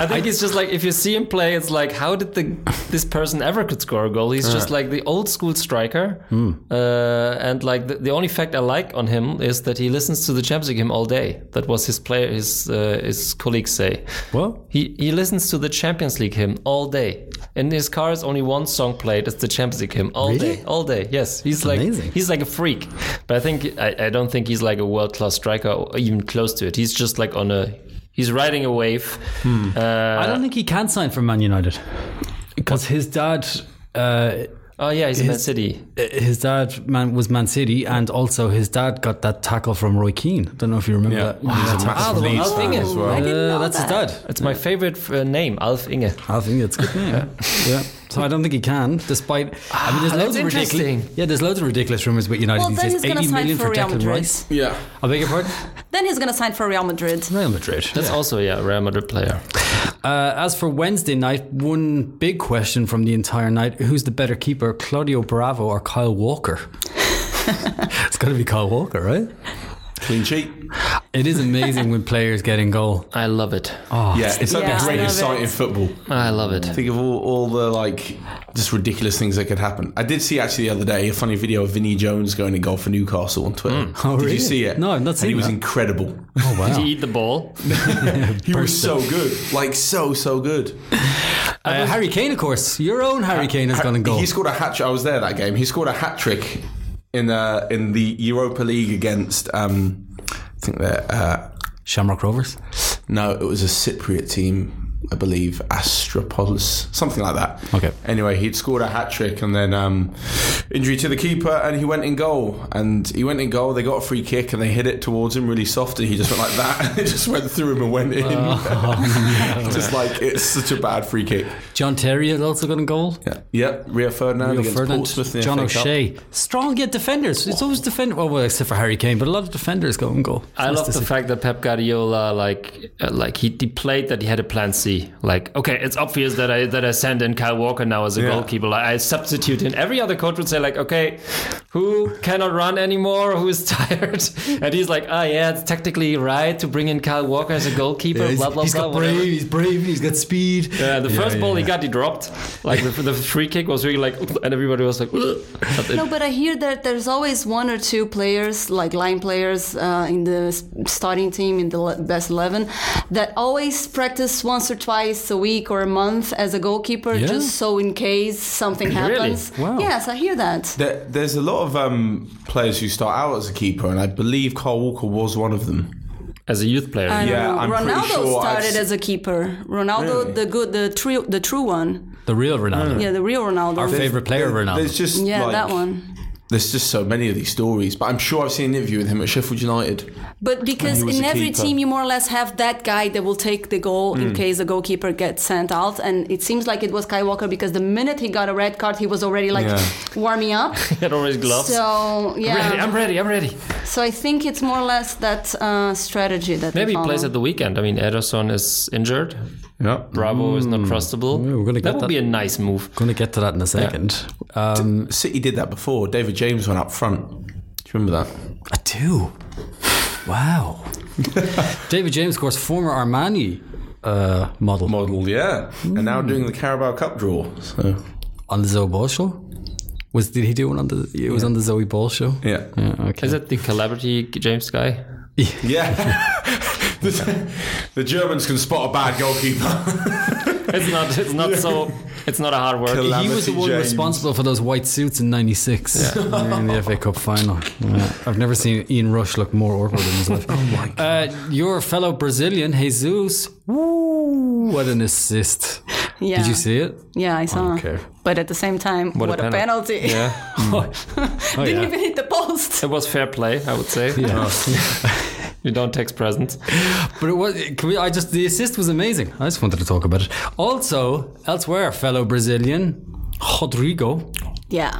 [SPEAKER 4] I think it's just like if you see him play, it's like how did the this person ever could score a goal? He's just like the old school striker,
[SPEAKER 1] Hmm.
[SPEAKER 4] uh, and like the, the only fact I like on him is that he listens to the Champions League hymn all day. That was his player, his uh, his colleagues say.
[SPEAKER 1] Well,
[SPEAKER 4] He he listens to the Champions League hymn all day. In his car is only one song played. It's the Champions League hymn all
[SPEAKER 1] Really?
[SPEAKER 4] day, all day. Yes, he's like
[SPEAKER 1] amazing.
[SPEAKER 4] he's like a freak. But I think I, I don't think he's like a world class striker or even close to it. He's just like on a he's riding a wave.
[SPEAKER 1] I
[SPEAKER 4] Uh,
[SPEAKER 1] don't think he can sign for Man United because his dad. Uh,
[SPEAKER 4] oh yeah, he's in Man City.
[SPEAKER 1] his dad man was Man City, and also his dad got that tackle from Roy Keane. I don't know if you remember
[SPEAKER 3] Yeah.
[SPEAKER 1] that.
[SPEAKER 3] Wow. He's a massive
[SPEAKER 1] the one-
[SPEAKER 3] Leeds
[SPEAKER 1] Alf
[SPEAKER 3] fan
[SPEAKER 1] Inge.
[SPEAKER 3] as well.
[SPEAKER 5] I didn't know
[SPEAKER 1] Uh, that's
[SPEAKER 5] that.
[SPEAKER 1] his dad.
[SPEAKER 4] It's my favorite uh, name, Alf Inge.
[SPEAKER 1] I think it's a good name. yeah. So I don't think he can, despite. I mean, there's
[SPEAKER 4] that's
[SPEAKER 1] loads of ridiculous.
[SPEAKER 4] interesting.
[SPEAKER 1] Yeah, there's loads of ridiculous rumors with United
[SPEAKER 5] Well,
[SPEAKER 1] these
[SPEAKER 5] then
[SPEAKER 1] days.
[SPEAKER 5] he's going to
[SPEAKER 1] 80
[SPEAKER 5] sign
[SPEAKER 1] million
[SPEAKER 5] for
[SPEAKER 1] for
[SPEAKER 5] Real
[SPEAKER 1] Declan
[SPEAKER 5] Madrid.
[SPEAKER 1] Rice.
[SPEAKER 3] Yeah.
[SPEAKER 1] I beg your pardon.
[SPEAKER 5] Then he's going to sign for Real Madrid.
[SPEAKER 1] Real Madrid.
[SPEAKER 4] That's also yeah, Real Madrid player.
[SPEAKER 1] Uh, as for Wednesday night, one big question from the entire night: Who's the better keeper, Claudio Bravo or Kyle Walker? it's got to be Kyle Walker, right?
[SPEAKER 3] Clean sheet.
[SPEAKER 1] It is amazing when players get in goal.
[SPEAKER 4] I love it.
[SPEAKER 1] Oh.
[SPEAKER 3] Yeah, it's like
[SPEAKER 5] Yeah,
[SPEAKER 3] the
[SPEAKER 5] I
[SPEAKER 3] greatest
[SPEAKER 5] love
[SPEAKER 3] sight
[SPEAKER 5] it.
[SPEAKER 3] in football.
[SPEAKER 4] I love it.
[SPEAKER 3] Think of all, all the like just ridiculous things that could happen. I did see actually the other day a funny video of Vinny Jones going to golf for Newcastle on Twitter.
[SPEAKER 1] Oh,
[SPEAKER 3] did
[SPEAKER 1] really?
[SPEAKER 3] you see it?
[SPEAKER 1] No, I've not
[SPEAKER 3] And
[SPEAKER 1] seen
[SPEAKER 3] he was
[SPEAKER 1] that.
[SPEAKER 3] incredible.
[SPEAKER 1] Oh wow!
[SPEAKER 4] Did he eat the ball?
[SPEAKER 3] he was so good, like so so good.
[SPEAKER 1] Uh, Harry Kane, of course. Your own Harry Kane has gone and goal.
[SPEAKER 3] He scored a hat trick. I was there that game. He scored a hat trick in uh, in the Europa League against um, I think that uh,
[SPEAKER 1] Shamrock Rovers.
[SPEAKER 3] no, it was a Cypriot team, I believe, Astropolis, something like that.
[SPEAKER 1] Okay.
[SPEAKER 3] Anyway, he'd scored a hat trick and then um, injury to the keeper, and he went in goal. And he went in goal. They got a free kick and they hit it towards him really soft, and he just went like that, and it just went through him and went in.
[SPEAKER 1] Oh,
[SPEAKER 3] just like it's such a bad free kick.
[SPEAKER 1] John Terry has also got a goal.
[SPEAKER 3] Yeah. Yep. Rio Ferdinand
[SPEAKER 1] Rio
[SPEAKER 3] against
[SPEAKER 1] Ferdinand,
[SPEAKER 3] Portsmouth. in the
[SPEAKER 1] John
[SPEAKER 3] FA Cup.
[SPEAKER 1] O'Shea, strong yet defenders. It's always defender. Well, well, except for Harry Kane, but a lot of defenders go and goal. It's
[SPEAKER 4] I
[SPEAKER 1] nice
[SPEAKER 4] love
[SPEAKER 1] to
[SPEAKER 4] the
[SPEAKER 1] see.
[SPEAKER 4] fact that Pep Guardiola like uh, like he de- played that he had a plan C. Like okay, it's obvious that I that I send in Kyle Walker now as a
[SPEAKER 3] Yeah.
[SPEAKER 4] goalkeeper. Like, I substitute in. Every other coach would say like okay, who cannot run anymore? Who is tired? And he's like ah yeah, it's technically right to bring in Kyle Walker as a goalkeeper.
[SPEAKER 1] Yeah, he's,
[SPEAKER 4] blah blah
[SPEAKER 1] he's
[SPEAKER 4] blah.
[SPEAKER 1] got
[SPEAKER 4] whatever.
[SPEAKER 1] brave. He's brave. He's got speed.
[SPEAKER 4] Yeah, Uh, the first
[SPEAKER 1] yeah,
[SPEAKER 4] ball he
[SPEAKER 1] yeah.
[SPEAKER 4] got, he dropped. Like the, the free kick was really like, and everybody was like, "Ugh." But it-
[SPEAKER 5] No, but I hear that there's always one or two players, like line players uh, in the s- starting team in the le- best 11, that always practice once or twice a week or a month as a goalkeeper,
[SPEAKER 1] Yeah.
[SPEAKER 5] just so in case something happens.
[SPEAKER 1] Wow.
[SPEAKER 5] Yes, I hear that.
[SPEAKER 3] There, there's a lot of um, players who start out as a keeper, and I believe Carl Walker was one of them.
[SPEAKER 4] as a youth player,
[SPEAKER 5] I don't
[SPEAKER 3] Yeah,
[SPEAKER 5] know.
[SPEAKER 3] I'm pretty
[SPEAKER 5] Ronaldo
[SPEAKER 3] sure I've
[SPEAKER 5] started
[SPEAKER 3] s-
[SPEAKER 5] as a keeper. Ronaldo,
[SPEAKER 3] Really?
[SPEAKER 5] the good, the true, the true one.
[SPEAKER 1] The real Ronaldo.
[SPEAKER 5] Yeah, the real Ronaldo.
[SPEAKER 1] Our favorite player,
[SPEAKER 3] There- There's
[SPEAKER 1] Ronaldo.
[SPEAKER 3] just
[SPEAKER 5] yeah,
[SPEAKER 3] like,
[SPEAKER 5] that one.
[SPEAKER 3] There's just so many of these stories, but I'm sure I've seen an interview with him at Sheffield United.
[SPEAKER 5] But because
[SPEAKER 3] he was
[SPEAKER 5] in
[SPEAKER 3] a
[SPEAKER 5] every
[SPEAKER 3] keeper.
[SPEAKER 5] team, you more or less have that guy that will take the goal in case the goalkeeper gets sent out. And it seems like it was Kai Walker because the minute he got a red card, he was already like
[SPEAKER 3] Yeah.
[SPEAKER 5] warming up.
[SPEAKER 4] he had already gloves.
[SPEAKER 5] so um,
[SPEAKER 4] Ready,
[SPEAKER 5] yeah,
[SPEAKER 4] I'm ready. I'm ready.
[SPEAKER 5] so I think it's more or less that uh, strategy that they
[SPEAKER 4] Maybe he
[SPEAKER 5] follow.
[SPEAKER 4] plays at the weekend. I mean, Ederson is injured.
[SPEAKER 3] Yeah.
[SPEAKER 4] Bravo is not trustable.
[SPEAKER 1] we're gonna get
[SPEAKER 4] that would
[SPEAKER 1] that.
[SPEAKER 4] be a nice move.
[SPEAKER 1] Going to get to that in a second. Um,
[SPEAKER 3] City did that before. David James went up front. Do you remember that?
[SPEAKER 1] I do. Wow. David James, of course, former Armani uh, model
[SPEAKER 3] Model, yeah. And now doing the Carabao Cup draw. So
[SPEAKER 1] on the Zoe Ball show. Was did he do one on the? It was on the Zoe Ball show.
[SPEAKER 3] yeah,
[SPEAKER 1] Yeah, okay.
[SPEAKER 4] Is that the celebrity James guy?
[SPEAKER 3] yeah. the, the Germans can spot a bad goalkeeper.
[SPEAKER 4] It's not. It's not so. It's not a hard work.
[SPEAKER 3] Cele-
[SPEAKER 1] he was the
[SPEAKER 3] Laverty
[SPEAKER 1] one
[SPEAKER 3] James.
[SPEAKER 1] responsible for those white suits in '96 in the FA Cup final. Yeah. I've never seen Ian Rush look more awkward in his life. oh my god! Uh, your fellow Brazilian Jesus, woo! What an assist!
[SPEAKER 5] Yeah.
[SPEAKER 1] Did you see it?
[SPEAKER 5] Yeah, I saw.
[SPEAKER 1] Okay.
[SPEAKER 5] But at the same time, what, a, penalty!
[SPEAKER 4] Yeah,
[SPEAKER 1] Mm.
[SPEAKER 5] Didn't
[SPEAKER 1] yeah.
[SPEAKER 5] even hit the post.
[SPEAKER 4] it was fair play. I would say. you don't text presents.
[SPEAKER 1] But it was. Can we, I just the assist was amazing. I just wanted to talk about it. Also, elsewhere, fellow Brazilian Rodrigo.
[SPEAKER 5] Yeah,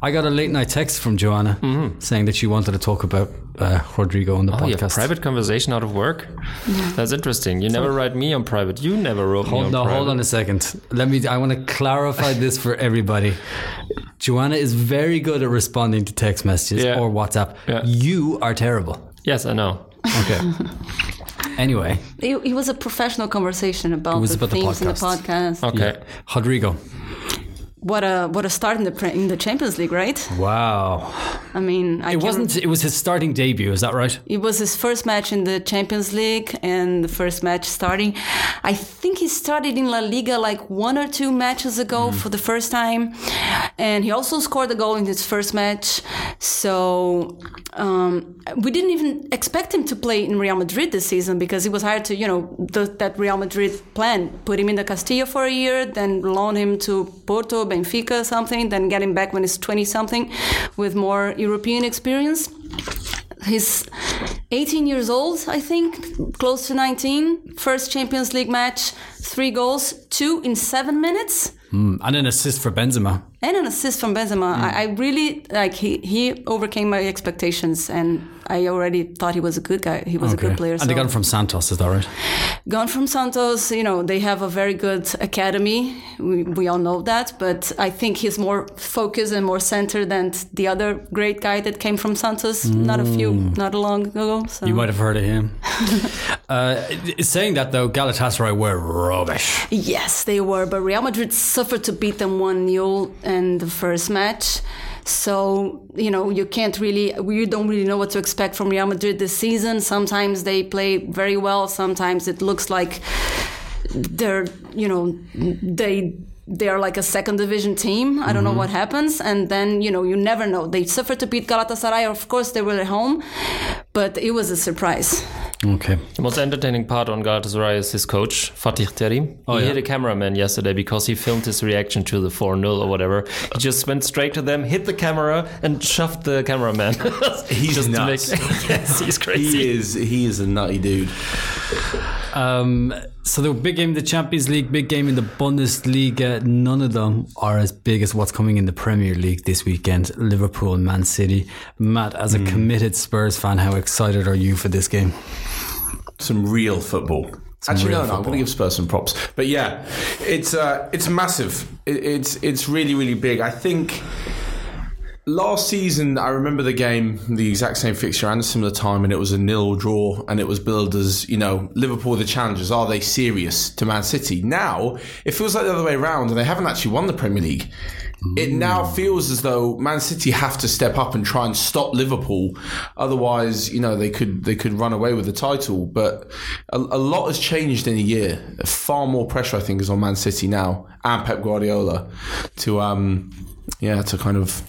[SPEAKER 1] I got a late night text from Joanna saying that she wanted to talk about uh, Rodrigo on the
[SPEAKER 4] Mm-hmm. Oh, you have
[SPEAKER 1] podcast.
[SPEAKER 4] private conversation out of work? That's interesting. You never write me on private. You never wrote me on
[SPEAKER 1] Hold, no,
[SPEAKER 4] private.
[SPEAKER 1] hold on a second. Let me. I want to clarify this for everybody. Joanna is very good at responding to text messages
[SPEAKER 4] Yeah.
[SPEAKER 1] or WhatsApp.
[SPEAKER 4] Yeah.
[SPEAKER 1] You are terrible.
[SPEAKER 4] Yes, I know.
[SPEAKER 1] Okay. anyway,
[SPEAKER 5] It, it was a professional conversation about
[SPEAKER 1] was
[SPEAKER 5] the
[SPEAKER 1] about the
[SPEAKER 5] themes in the
[SPEAKER 1] podcast.
[SPEAKER 5] podcast.
[SPEAKER 4] Okay.
[SPEAKER 1] Rodrigo.
[SPEAKER 5] What a what a start in the pre- in the Champions League, right?
[SPEAKER 1] Wow.
[SPEAKER 5] I mean, I
[SPEAKER 1] It
[SPEAKER 5] can't-
[SPEAKER 1] wasn't. It was his starting debut. Is that right?
[SPEAKER 5] It was his first match in the Champions League and the first match starting. I think he started in La Liga like one or two matches ago for the first time. And he also scored a goal in his first match. So um, we didn't even expect him to play in Real Madrid this season because he was hired to, you know, the, that Real Madrid plan put him in the Castilla for a year, then loan him to Porto, Benfica, something, then get him back when he's 20 something with more European experience he's 18 years old, I think, close to 19. First Champions League match, three goals, two in seven minutes,
[SPEAKER 1] Mm, And an assist for Benzema.
[SPEAKER 5] and an assist from Benzema.
[SPEAKER 1] Hmm.
[SPEAKER 5] I, I really like he he overcame my expectations, and I already thought he was a good guy. He was a good player.
[SPEAKER 1] And they got
[SPEAKER 5] so-
[SPEAKER 1] him from Santos. Is that right?
[SPEAKER 5] Gone from Santos, you know, they have a very good academy. We, we all know that, but I think he's more focused and more centered than the other great guy that came from Santos not a few, not long ago. So.
[SPEAKER 1] Hmm. You might have heard of him. uh, saying that though, Galatasaray were rubbish.
[SPEAKER 5] Yes, they were, but Real Madrid suffered to beat them 1 0 in the first match. So, you know, you can't really, you don't really know what to expect from Real Madrid this season. Sometimes they play very well, sometimes it looks like they're, you know, they. They are like a second division team. I don't know what happens. And then, you know, you never know. They suffered to beat Galatasaray. Of course, they were at home, but it was a surprise.
[SPEAKER 1] Okay.
[SPEAKER 4] The most entertaining part on Galatasaray is his coach, Fatih Terim. he
[SPEAKER 1] Oh, yeah.
[SPEAKER 4] hit a cameraman yesterday because he filmed his reaction to the 4 0 or whatever. He just went straight to them, hit the camera, and shoved the cameraman.
[SPEAKER 3] He's
[SPEAKER 4] just to
[SPEAKER 3] nuts.
[SPEAKER 4] make- yes, he's crazy.
[SPEAKER 3] He is he is a nutty dude.
[SPEAKER 1] Um, so the big game in the Champions League, big game in the Bundesliga. None of them are as big as what's coming in the Premier League this weekend. Liverpool and Man City. Matt, as a committed Spurs fan, how excited are you for this game?
[SPEAKER 3] some real football. Actually,
[SPEAKER 1] real
[SPEAKER 3] no, no, I'm
[SPEAKER 1] football.
[SPEAKER 3] going to give Spurs some props. But yeah, it's uh, it's massive. It, it's it's really really big. I think last season I remember the game, the exact same fixture and a similar time, and it was a nil draw, and it was billed as you know Liverpool the challengers. Are they serious to Man City? Now it feels like the other way around, and they haven't actually won the Premier League. It now feels as though Man City have to step up and try and stop Liverpool, otherwise, you know, they could they could run away with the title. But a, a lot has changed in a year. Far more pressure, I think, is on Man City now and Pep Guardiola to, um, yeah, to kind of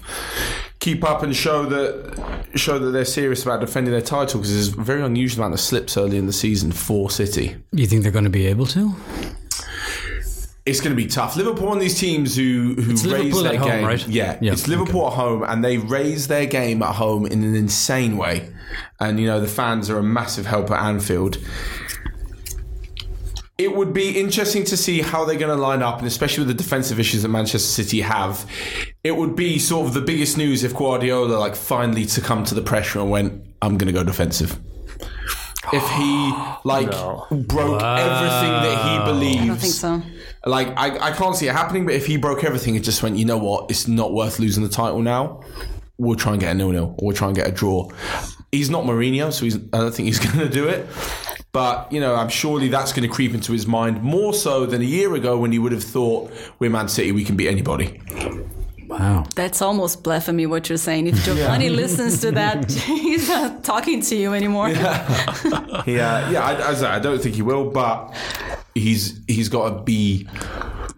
[SPEAKER 3] keep up and show that show that they're serious about defending their title because there's a very unusual amount of slips early in the season for City.
[SPEAKER 1] You think they're going to be able to?
[SPEAKER 3] It's going to be tough. Liverpool and these teams who who raise
[SPEAKER 1] Liverpool
[SPEAKER 3] their
[SPEAKER 1] at home,
[SPEAKER 3] game,
[SPEAKER 1] right?
[SPEAKER 3] yeah,
[SPEAKER 1] Yeah,
[SPEAKER 3] it's Liverpool at home, and they raise their game at home in an insane way. And you know the fans are a massive help at Anfield. It would be interesting to see how they're going to line up, and especially with the defensive issues that Manchester City have. It would be sort of the biggest news if Guardiola like finally succumbed to the pressure and went, "I'm going to go defensive." If he like broke everything that he believes,
[SPEAKER 5] I don't think so.
[SPEAKER 3] like I, I can't see it happening, but if he broke everything and just went, you know what, it's not worth losing the title now. We'll try and get a nil nil, or we'll try and get a draw. He's not Mourinho, so he's, I don't think he's going to do it. But you know, I'm surely that's going to creep into his mind more so than a year ago when he would have thought we're Man City, we can beat anybody.
[SPEAKER 1] Wow.
[SPEAKER 5] That's almost blasphemy what you're saying. If Giovanni listens to that, he's not talking to you anymore.
[SPEAKER 3] uh, Yeah, yeah. I, I say, I don't think he will, but he's he's got to be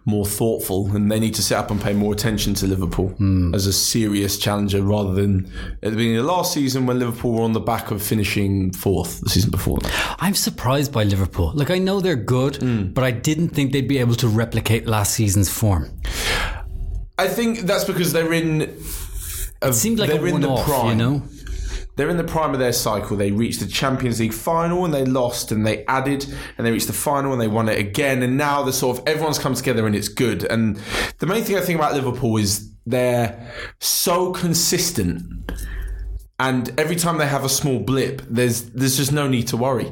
[SPEAKER 3] more thoughtful, and they need to set up and pay more attention to Liverpool
[SPEAKER 1] Hmm.
[SPEAKER 3] as a serious challenger rather than at the beginning of last season when Liverpool were on the back of finishing fourth the season before. that.
[SPEAKER 1] I'm surprised by Liverpool. Like I know they're good, but I didn't think they'd be able to replicate last season's form.
[SPEAKER 3] I think that's because they're in. A,
[SPEAKER 1] It seemed like a
[SPEAKER 3] they're in the
[SPEAKER 1] one-off,
[SPEAKER 3] prime.
[SPEAKER 1] you know.
[SPEAKER 3] They're in the prime of their cycle. They reached the Champions League final and they lost, and they added, and they reached the final and they won it again. And now the sort of everyone's come together and it's good. And the main thing I think about Liverpool is they're so consistent, and every time they have a small blip, there's there's just no need to worry.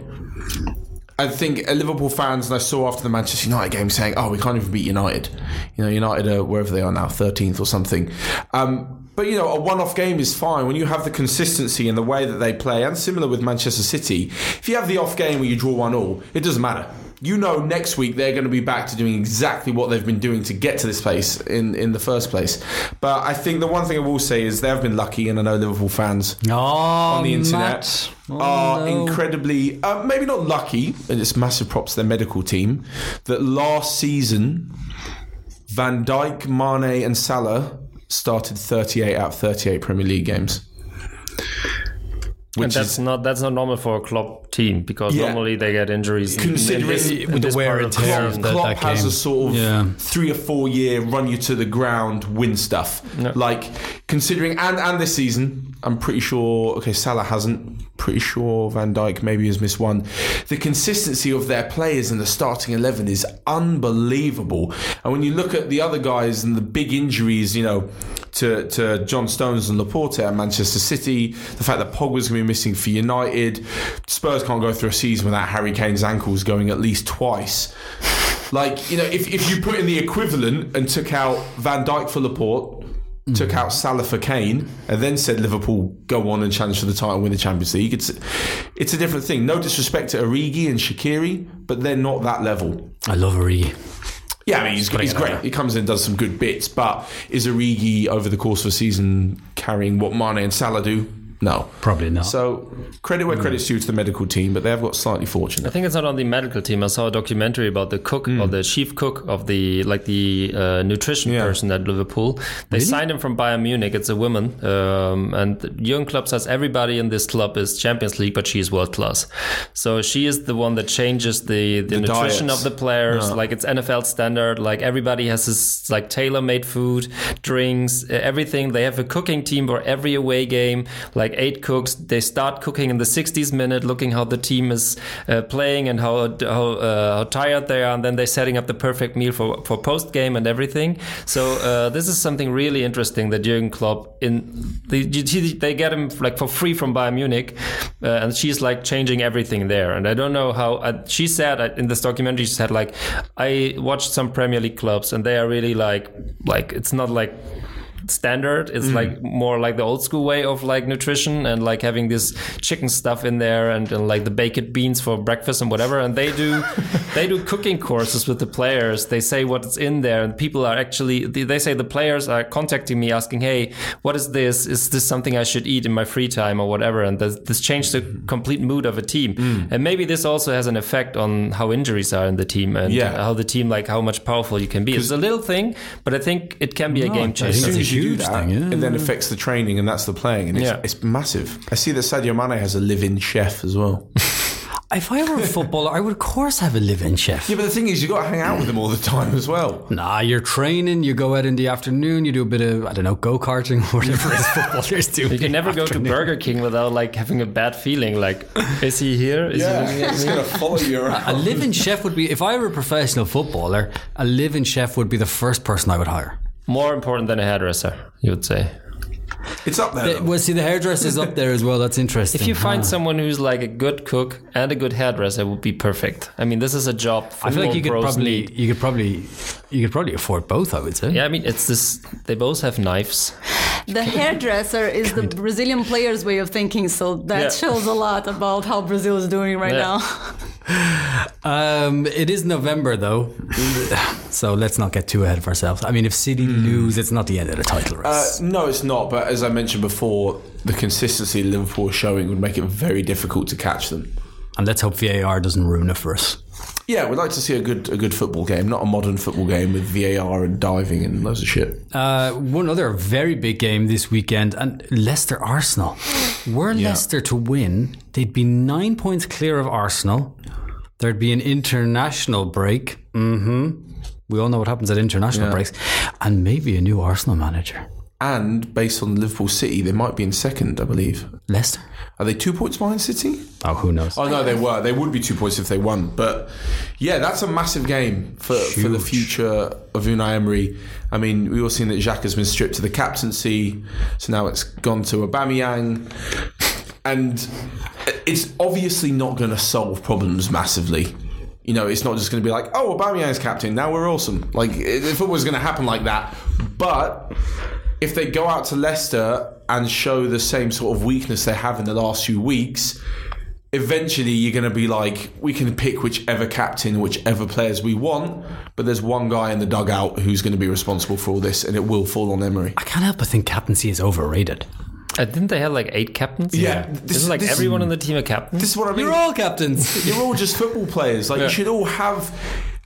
[SPEAKER 3] I think uh, Liverpool fans, and I saw after the Manchester United game, saying, "Oh, we can't even beat United." You know, United are wherever they are now, thirteenth or something. Um, but you know, a one-off game is fine when you have the consistency and the way that they play. And similar with Manchester City, if you have the off game where you draw one all, it doesn't matter. You know, next week they're going to be back to doing exactly what they've been doing to get to this place in, in the first place. But I think the one thing I will say is they have been lucky, and I know Liverpool fans
[SPEAKER 1] Oh,
[SPEAKER 3] on the internet Oh, are incredibly uh, maybe not lucky and it's massive props to their medical team that last season Van Dijk, Mane and Salah started 38 out of 38 Premier League games
[SPEAKER 4] and
[SPEAKER 3] which
[SPEAKER 4] that's
[SPEAKER 3] is
[SPEAKER 4] not that's not normal for a club team because
[SPEAKER 3] Yeah. normally
[SPEAKER 4] normally they get injuries.
[SPEAKER 3] Considering this- with
[SPEAKER 1] the wear and tear
[SPEAKER 3] Klopp,
[SPEAKER 1] of that-
[SPEAKER 3] Klopp
[SPEAKER 1] that
[SPEAKER 3] has
[SPEAKER 1] game.
[SPEAKER 3] a sort of
[SPEAKER 1] Yeah.
[SPEAKER 3] three or four year run you to the ground win stuff like considering and and this season I'm pretty sure okay Salah hasn't pretty sure Van Dijk maybe has missed one the consistency of their players in the starting 11 is unbelievable and when you look at the other guys and the big injuries you know to, to John Stones and Laporte at Manchester City the fact that Pogba's going to be missing for United Spurs can't go through a season without Harry Kane's ankles going at least twice like, you know, if, if you put in the equivalent and took out Van Dijk for Laporte,
[SPEAKER 1] Mm.
[SPEAKER 3] took out Salah for Kane, and then said Liverpool go on and challenge for the title, win the Champions League, it's it's a different thing. No disrespect to Origi and Shakiri, but they're not that level.
[SPEAKER 1] I love Origi.
[SPEAKER 3] Yeah, I mean, he's, he's great. He comes in and does some good bits, but is Origi over the course of a season carrying what Mane and Salah do? No.
[SPEAKER 1] Probably not. Mm.
[SPEAKER 3] So, credit where credit's due to the medical team, but they have got slightly fortunate.
[SPEAKER 4] I think it's not on the medical team. I saw a documentary about the cook or the chief cook of the like the uh, nutrition
[SPEAKER 3] Yeah.
[SPEAKER 4] person at Liverpool. They signed him from Bayern Munich. It's a woman, um, and Jurgen Klopp says everybody in this club is Champions League, but she is world class. So she is the one that changes the the, nutrition
[SPEAKER 3] diets.
[SPEAKER 4] of the players. Like it's NFL standard. Like everybody has his like tailor made food, drinks, e- everything. They have a cooking team for every away game. Like eight cooks. They start cooking in the 60th minute, looking how the team is uh, playing and how how, uh, how tired they are, and then they're setting up the perfect meal for for post game and everything. So uh, this is something really interesting that Jurgen Klopp in the, they get him like for free from Bayern Munich, uh, and she's like changing everything there. And I don't know how uh, she said uh, in this documentary. She said like I watched some Premier League clubs, and they are really like like it's not like standard
[SPEAKER 1] Mm-hmm.
[SPEAKER 4] it's like more like the old school way of like nutrition and like having this chicken stuff in there and, and like the baked beans for breakfast and whatever and they do they do cooking courses with the players they say what's in there and people are actually they they say the players are contacting me asking hey what is this is this something i should eat in my free time or whatever and this, this changed
[SPEAKER 1] Mm-hmm.
[SPEAKER 4] the complete mood of a team
[SPEAKER 1] Mm.
[SPEAKER 4] and maybe this also has an effect on how injuries are in the team and
[SPEAKER 3] Yeah.
[SPEAKER 4] how the team like how much powerful you can be it's a little thing but i think it can be a game
[SPEAKER 1] I think
[SPEAKER 4] changer
[SPEAKER 3] as soon
[SPEAKER 1] That's
[SPEAKER 3] as
[SPEAKER 1] a
[SPEAKER 3] you do
[SPEAKER 1] huge
[SPEAKER 3] that,
[SPEAKER 1] thing, yeah.
[SPEAKER 3] it then affects the training, and that's the playing, and it's,
[SPEAKER 4] Yeah.
[SPEAKER 3] it's massive. I see that Sadio Mane has a live-in chef as well.
[SPEAKER 1] If I were a footballer, I would of course have a live-in chef.
[SPEAKER 3] yeah, but the thing is, you got to hang out with him all the time as well.
[SPEAKER 1] Nah, you're training. You go out in the afternoon. You do a bit of I don't know go karting or whatever his footballers do.
[SPEAKER 4] You can never go to Burger King without like having a bad feeling. Like, is he here? Is he looking at
[SPEAKER 3] he's
[SPEAKER 4] me?
[SPEAKER 3] gonna follow you
[SPEAKER 1] A
[SPEAKER 3] around.
[SPEAKER 1] live-in chef would be if I were a professional footballer. A live-in chef would be the first person I would hire.
[SPEAKER 4] More important than a hairdresser, you would say.
[SPEAKER 3] It's up there. though.
[SPEAKER 1] Well, see, the hairdresser's up there as well. That's interesting.
[SPEAKER 4] If you find someone who's like a good cook and a good hairdresser, it would be perfect. I mean, this is a job.
[SPEAKER 1] I feel like
[SPEAKER 4] football
[SPEAKER 1] you could
[SPEAKER 4] pros
[SPEAKER 1] probably
[SPEAKER 4] need.
[SPEAKER 1] you could probably you could probably afford both. I would say.
[SPEAKER 4] Yeah, I mean, it's this. They both have knives.
[SPEAKER 5] The hairdresser is the Brazilian player's way of thinking, so that
[SPEAKER 4] Yeah.
[SPEAKER 5] shows a lot about how Brazil is doing right
[SPEAKER 4] Yeah.
[SPEAKER 5] now.
[SPEAKER 1] Um, it is November though, so let's not get too ahead of ourselves. I mean, if City lose, it's not the end of the title race.
[SPEAKER 3] Uh, no, it's not. But as I mentioned before, the consistency Liverpool are showing would make it very difficult to catch them.
[SPEAKER 1] and let's hope VAR doesn't ruin it for us.
[SPEAKER 3] Yeah, we'd like to see a good a good football game, not a modern football game with VAR and diving and loads of shit.
[SPEAKER 1] Uh, one other very big game this weekend, and Leicester Arsenal. Were Leicester to win, they'd be nine points clear of Arsenal. There'd be an international break. Mm-hmm. hmm We all know what happens at international breaks, and maybe a new Arsenal manager.
[SPEAKER 3] And based on Liverpool City, they might be in second, I believe.
[SPEAKER 1] Leicester?
[SPEAKER 3] Are they two points behind City?
[SPEAKER 1] Oh, who knows?
[SPEAKER 3] Oh no, they were. They would be two points if they won. But yeah, that's a massive game for, for the
[SPEAKER 1] Huge.
[SPEAKER 3] future of Unai Emery. I mean, we all seen that Jacques has been stripped to the captaincy, so now it's gone to Aubameyang, and it's obviously not going to solve problems massively. You know, it's not just going to be like, oh, Aubameyang's captain. Now we're awesome. Like, it- if it was going to happen like that, but if they go out to Leicester and show the same sort of weakness they have in the last few weeks, eventually you're going to be like, we can pick whichever captain, whichever players we want, but there's one guy in the dugout who's going to be responsible for all this, and it will fall on Emery.
[SPEAKER 1] I can't help but think captaincy is overrated.
[SPEAKER 4] I Uh, didn't they have like eight captains?
[SPEAKER 3] Yeah.
[SPEAKER 4] This,
[SPEAKER 3] This-
[SPEAKER 4] Isn't like
[SPEAKER 3] this-
[SPEAKER 4] everyone on the team a captain?
[SPEAKER 3] This is what I mean.
[SPEAKER 1] You're all captains.
[SPEAKER 3] You're all just football players. Like
[SPEAKER 4] Yeah.
[SPEAKER 3] you should all have,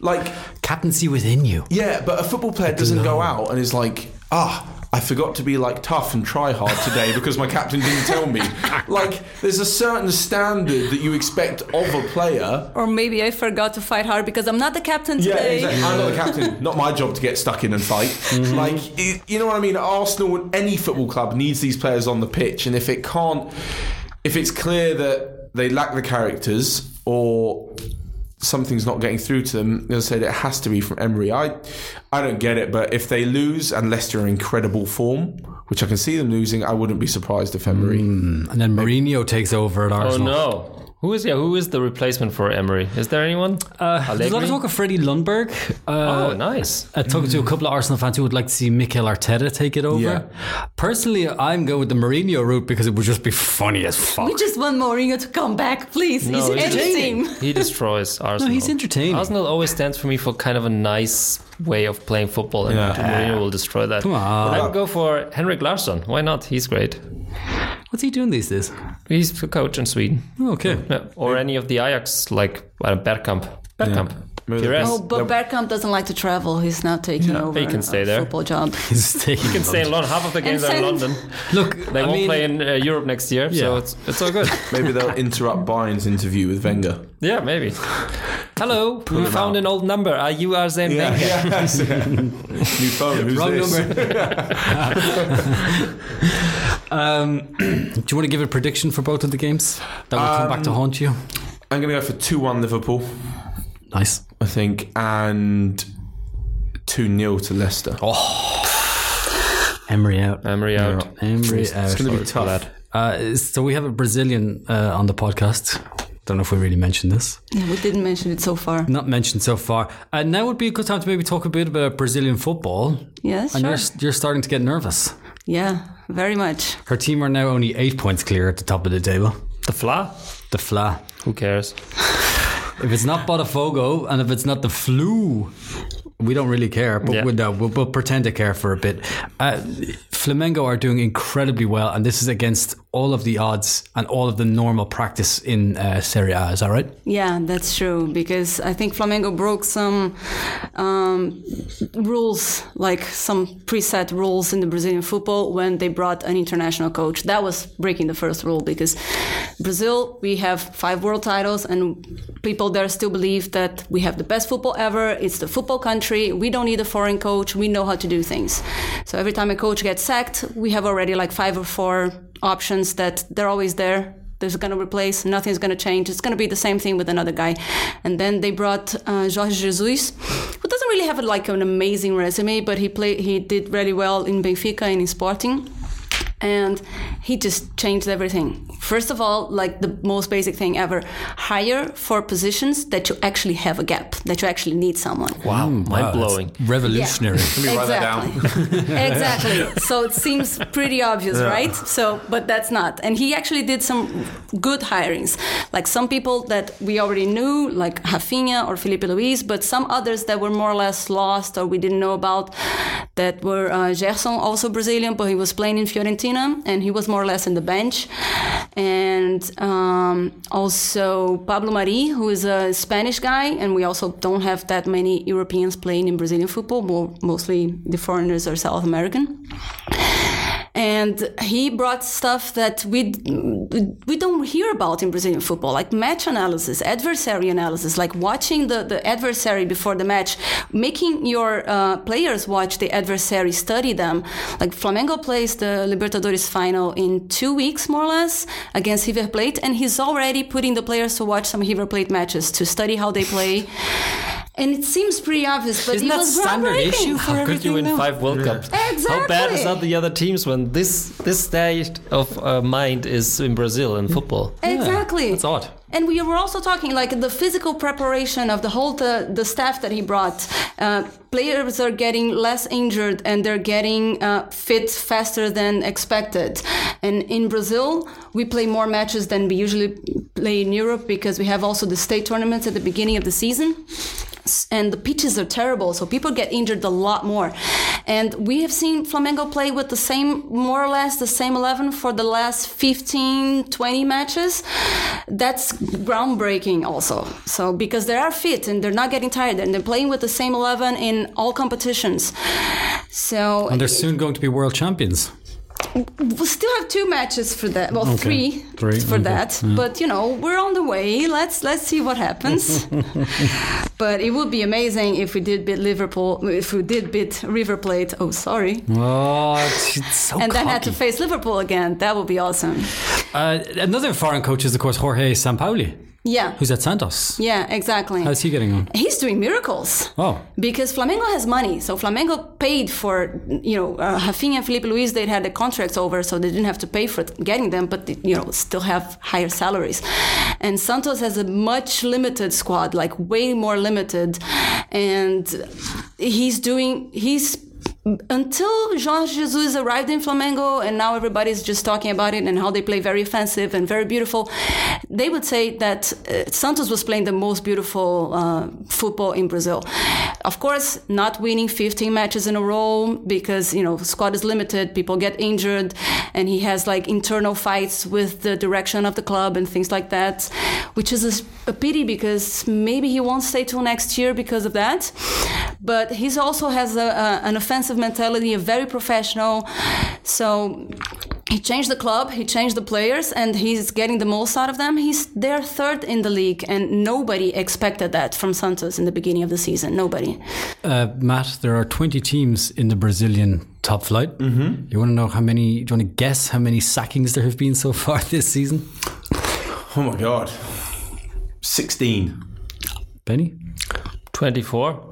[SPEAKER 3] like
[SPEAKER 1] captaincy within you.
[SPEAKER 3] yeah. But a football player doesn't go out and is like, ah. I forgot to be like tough and try hard today because my captain didn't tell me. Like, there's a certain standard that you expect of a player
[SPEAKER 5] Or maybe I forgot to fight hard because I'm not the captain
[SPEAKER 3] Yeah,
[SPEAKER 5] today.
[SPEAKER 3] exactly. I'm not the captain. Not my job to get stuck in and fight.
[SPEAKER 1] Mm-hmm.
[SPEAKER 3] Like, i- you know what I mean? Arsenal and any football club needs these players on the pitch, and if it can't, if it's clear that they lack the characters or something's not getting through to them, as I said, it has to be from Emery. I, I don't get it, but if they lose and Leicester are in incredible form, which I can see them losing, I wouldn't be surprised if Emery.
[SPEAKER 1] And then Mourinho takes over at
[SPEAKER 4] oh
[SPEAKER 1] Arsenal.
[SPEAKER 4] no. Who is yeah, who is the replacement for Emery? Is there anyone?
[SPEAKER 1] Uh, there's a lot of
[SPEAKER 4] Allegri?
[SPEAKER 1] talk of Freddie Lundberg. Uh,
[SPEAKER 4] oh, nice.
[SPEAKER 1] I talked to a couple of Arsenal fans who would like to see Mikel Arteta take it over. Personally, I'm going with the Mourinho route because it would just be funny as fuck.
[SPEAKER 5] We just want Mourinho to come back, please.
[SPEAKER 4] No,
[SPEAKER 5] He's
[SPEAKER 4] he's
[SPEAKER 5] anything.
[SPEAKER 4] He destroys Arsenal.
[SPEAKER 1] no, he's entertaining.
[SPEAKER 4] Arsenal always stands for me for kind of a nice way of playing football, and
[SPEAKER 3] Yeah.
[SPEAKER 4] Mourinho will destroy that.
[SPEAKER 1] Come on.
[SPEAKER 4] I would go for Henrik Larsson. Why not? He's great.
[SPEAKER 1] What's he doing these days? Oh,
[SPEAKER 4] He's the coach in Sweden.
[SPEAKER 1] Okay.
[SPEAKER 4] Yeah. Or any of the Ajax, like uh, Bergkamp. Bergkamp.
[SPEAKER 3] Maybe they-
[SPEAKER 4] Pires.
[SPEAKER 5] Oh, but Bergkamp doesn't like to travel. He's now taking over
[SPEAKER 4] he can
[SPEAKER 5] a
[SPEAKER 4] stay there.
[SPEAKER 5] football job.
[SPEAKER 1] He's taking
[SPEAKER 4] can stay in London. Half of the games are in
[SPEAKER 5] send-
[SPEAKER 4] London.
[SPEAKER 1] Look,
[SPEAKER 4] They
[SPEAKER 1] I
[SPEAKER 4] won't
[SPEAKER 1] mean,
[SPEAKER 4] play in uh, Europe next year, so
[SPEAKER 1] Yeah.
[SPEAKER 4] it's it's all good.
[SPEAKER 1] Oh.
[SPEAKER 3] Maybe they'll interrupt Bayern's interview with Wenger.
[SPEAKER 4] yeah, maybe. Hello, we found an old number. Are you Arsene Wenger?
[SPEAKER 3] Yes. New phone. Who's
[SPEAKER 1] wrong
[SPEAKER 3] this?
[SPEAKER 1] number. um, do you want to give a prediction for both of the games that will come back to haunt you?
[SPEAKER 3] I'm going to go for 2 1 Liverpool,
[SPEAKER 1] Nice.
[SPEAKER 3] I think, and 2 0 to Leicester.
[SPEAKER 1] Emery out.
[SPEAKER 4] Emery out.
[SPEAKER 1] Emery
[SPEAKER 3] it's
[SPEAKER 1] out.
[SPEAKER 3] going to be tough.
[SPEAKER 1] Uh, so we have a Brazilian uh, on the podcast. Don't know if we really mentioned this.
[SPEAKER 5] Yeah, we didn't mention it so far.
[SPEAKER 4] Mm.
[SPEAKER 1] Not mentioned so far. And now would be a good time to maybe talk a bit about Brazilian football.
[SPEAKER 5] Yes,
[SPEAKER 1] And
[SPEAKER 5] sure.
[SPEAKER 1] you're, you're starting to get nervous.
[SPEAKER 5] Yeah, very much.
[SPEAKER 1] Her team are now only eight points clear at the top of the table.
[SPEAKER 4] The Fla?
[SPEAKER 1] The Fla.
[SPEAKER 4] Who cares?
[SPEAKER 1] If it's not Botafogo and if it's not the flu, we don't really care, but
[SPEAKER 4] Yeah.
[SPEAKER 1] we, no, we'll, we'll pretend to care for a bit. Uh, Flamengo are doing incredibly well, and this is against all of the odds and all of the normal practice in uh, Serie A. Is that right?
[SPEAKER 5] Yeah, that's true because I think Flamengo broke some um, rules, like some preset rules in the Brazilian football when they brought an international coach. That was breaking the first rule because Brazil, we have five world titles, and people there still believe that we have the best football ever. It's the football country. We don't need a foreign coach. We know how to do things. So every time a coach gets sacked, we have already like five or four options that they're always there there's going to replace nothing's going to change it's going to be the same thing with another guy and then they brought uh, Jorge Jesus who doesn't really have like an amazing resume but he played he did really well in Benfica and in Sporting and he just changed everything first of all like the most basic thing ever hire for positions that you actually have a gap that you actually need someone
[SPEAKER 4] Wow, mind
[SPEAKER 1] Mm, that's
[SPEAKER 4] blowing.
[SPEAKER 1] Revolutionary.
[SPEAKER 3] write that down.
[SPEAKER 5] exactly. So it seems pretty obvious, right? So, but that's not. And he actually did some good hirings, like some people that we already knew, like Rafinha or Felipe Luis, but some others that were more or less lost or we didn't know about. That were uh, Gerson, also Brazilian, but he was playing in Fiorentina and he was more or less in the bench. And um, also Pablo Mari, who is a Spanish guy, and we also don't have that many Europeans playing in Brazilian football, more, mostly the foreigners are South American. and he brought stuff that we we don't hear about in Brazilian football, like match analysis, adversary analysis, like watching the the adversary before the match, making your uh, players watch the adversary, study them. Like Flamengo plays the Libertadores final in two weeks, more or less, against River Plate, and he's already putting the players to watch some River Plate matches to study how they play. And it seems pretty obvious, but
[SPEAKER 1] Isn't
[SPEAKER 5] it
[SPEAKER 1] that
[SPEAKER 5] was
[SPEAKER 1] standard
[SPEAKER 5] groundbreaking.
[SPEAKER 1] issue for
[SPEAKER 4] How could you
[SPEAKER 1] everything
[SPEAKER 4] win
[SPEAKER 1] now?
[SPEAKER 4] five World Cups? How bad is
[SPEAKER 5] Exactly.
[SPEAKER 4] that the other teams when this this state of uh, mind is in Brazil in football?
[SPEAKER 5] Exactly.
[SPEAKER 1] That's odd.
[SPEAKER 5] And we were also talking like the physical preparation of the whole the, the staff that he brought. Uh, players are getting less injured and they're getting uh, fit faster than expected. And in Brazil, we play more matches than we usually play in Europe because we have also the state tournaments at the beginning of the season. S- And the pitches are terrible, so people get injured a lot more. And we have seen Flamengo play with the same, more or less the same 11 for the last 15, 20 matches. That's groundbreaking also. So, because they are fit and they're not getting tired and they're playing with the same 11 in all competitions. So,
[SPEAKER 1] And they're soon going to be world champions.
[SPEAKER 5] we still have two matches for that. Well, three,
[SPEAKER 1] Three,
[SPEAKER 5] for
[SPEAKER 1] okay.
[SPEAKER 5] that. But you know, we're on the way. Let's let's see what happens. but it would be amazing if we did beat Liverpool. If we did beat River Plate. Oh, sorry.
[SPEAKER 1] Oh, it's it's so
[SPEAKER 5] and then had
[SPEAKER 1] cocky.
[SPEAKER 5] to face Liverpool again. That would be awesome.
[SPEAKER 1] Uh, another foreign coach is, of course, Jorge Sampaoli,
[SPEAKER 5] Yeah.
[SPEAKER 1] who's at Santos.
[SPEAKER 5] yeah. Exactly.
[SPEAKER 1] How's he getting on?
[SPEAKER 5] He's doing miracles.
[SPEAKER 1] Oh,
[SPEAKER 5] Because Flamengo has money, so Flamengo paid for you know uh, Rafinha and Felipe Luis. They had the contracts over, so they didn't have to pay for getting them, but they, you know still have higher salaries. And Santos has a much limited squad, like way more limited, and he's doing he's until Jorge Jesus arrived in Flamengo and now everybody's just talking about it and how they play very offensive and very beautiful, they would say that uh, Santos was playing the most beautiful uh, football in Brazil. Of course, not winning 15 matches in a row because, you know, squad is limited, people get injured, and he has like internal fights with the direction of the club and things like that, which is a, s- a pity because maybe he won't stay till next year because of that. But he's also has a, a, an offensive mentality, a very professional. So he changed the club, he changed the players, and he's getting the most out of them. He's their third in the league, and nobody expected that from Santos in the beginning of the season. Nobody.
[SPEAKER 1] uh, Matt, there are 20 teams in the Brazilian top flight. Mm-hmm. You want to know how many, do you want to guess how many sackings there have been so far this season?
[SPEAKER 3] Oh my god. 16.
[SPEAKER 1] Benny?
[SPEAKER 4] Twenty-four.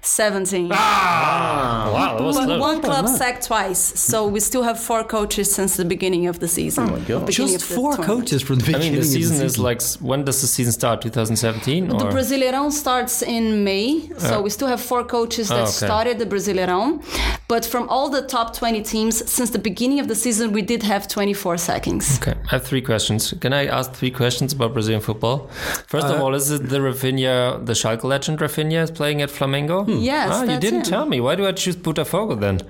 [SPEAKER 5] 17.
[SPEAKER 4] Wow, that was
[SPEAKER 5] But
[SPEAKER 4] low.
[SPEAKER 5] one club sacked twice, so we still have four coaches since the beginning of the season. Oh my God.
[SPEAKER 1] Just four coaches from the
[SPEAKER 4] I
[SPEAKER 1] beginning
[SPEAKER 4] mean, the season,
[SPEAKER 1] of the
[SPEAKER 4] is like s- when does the season start? 2017
[SPEAKER 5] The
[SPEAKER 4] or
[SPEAKER 5] Brasileirão starts in May, so we still have four coaches that
[SPEAKER 4] Ah, okay.
[SPEAKER 5] started the Brasileirão. But from all the top 20 teams, since the beginning of the season, we did have 24 sackings.
[SPEAKER 4] Okay, I have three questions. Can I ask three questions about Brazilian football? First of all, is it the Rafinha, the Schalke legend Rafinha, is playing at Flamengo?
[SPEAKER 5] Yes,
[SPEAKER 4] Ah, you
[SPEAKER 5] that's
[SPEAKER 4] didn't
[SPEAKER 5] him.
[SPEAKER 4] tell me. Why do I choose Botafogo then?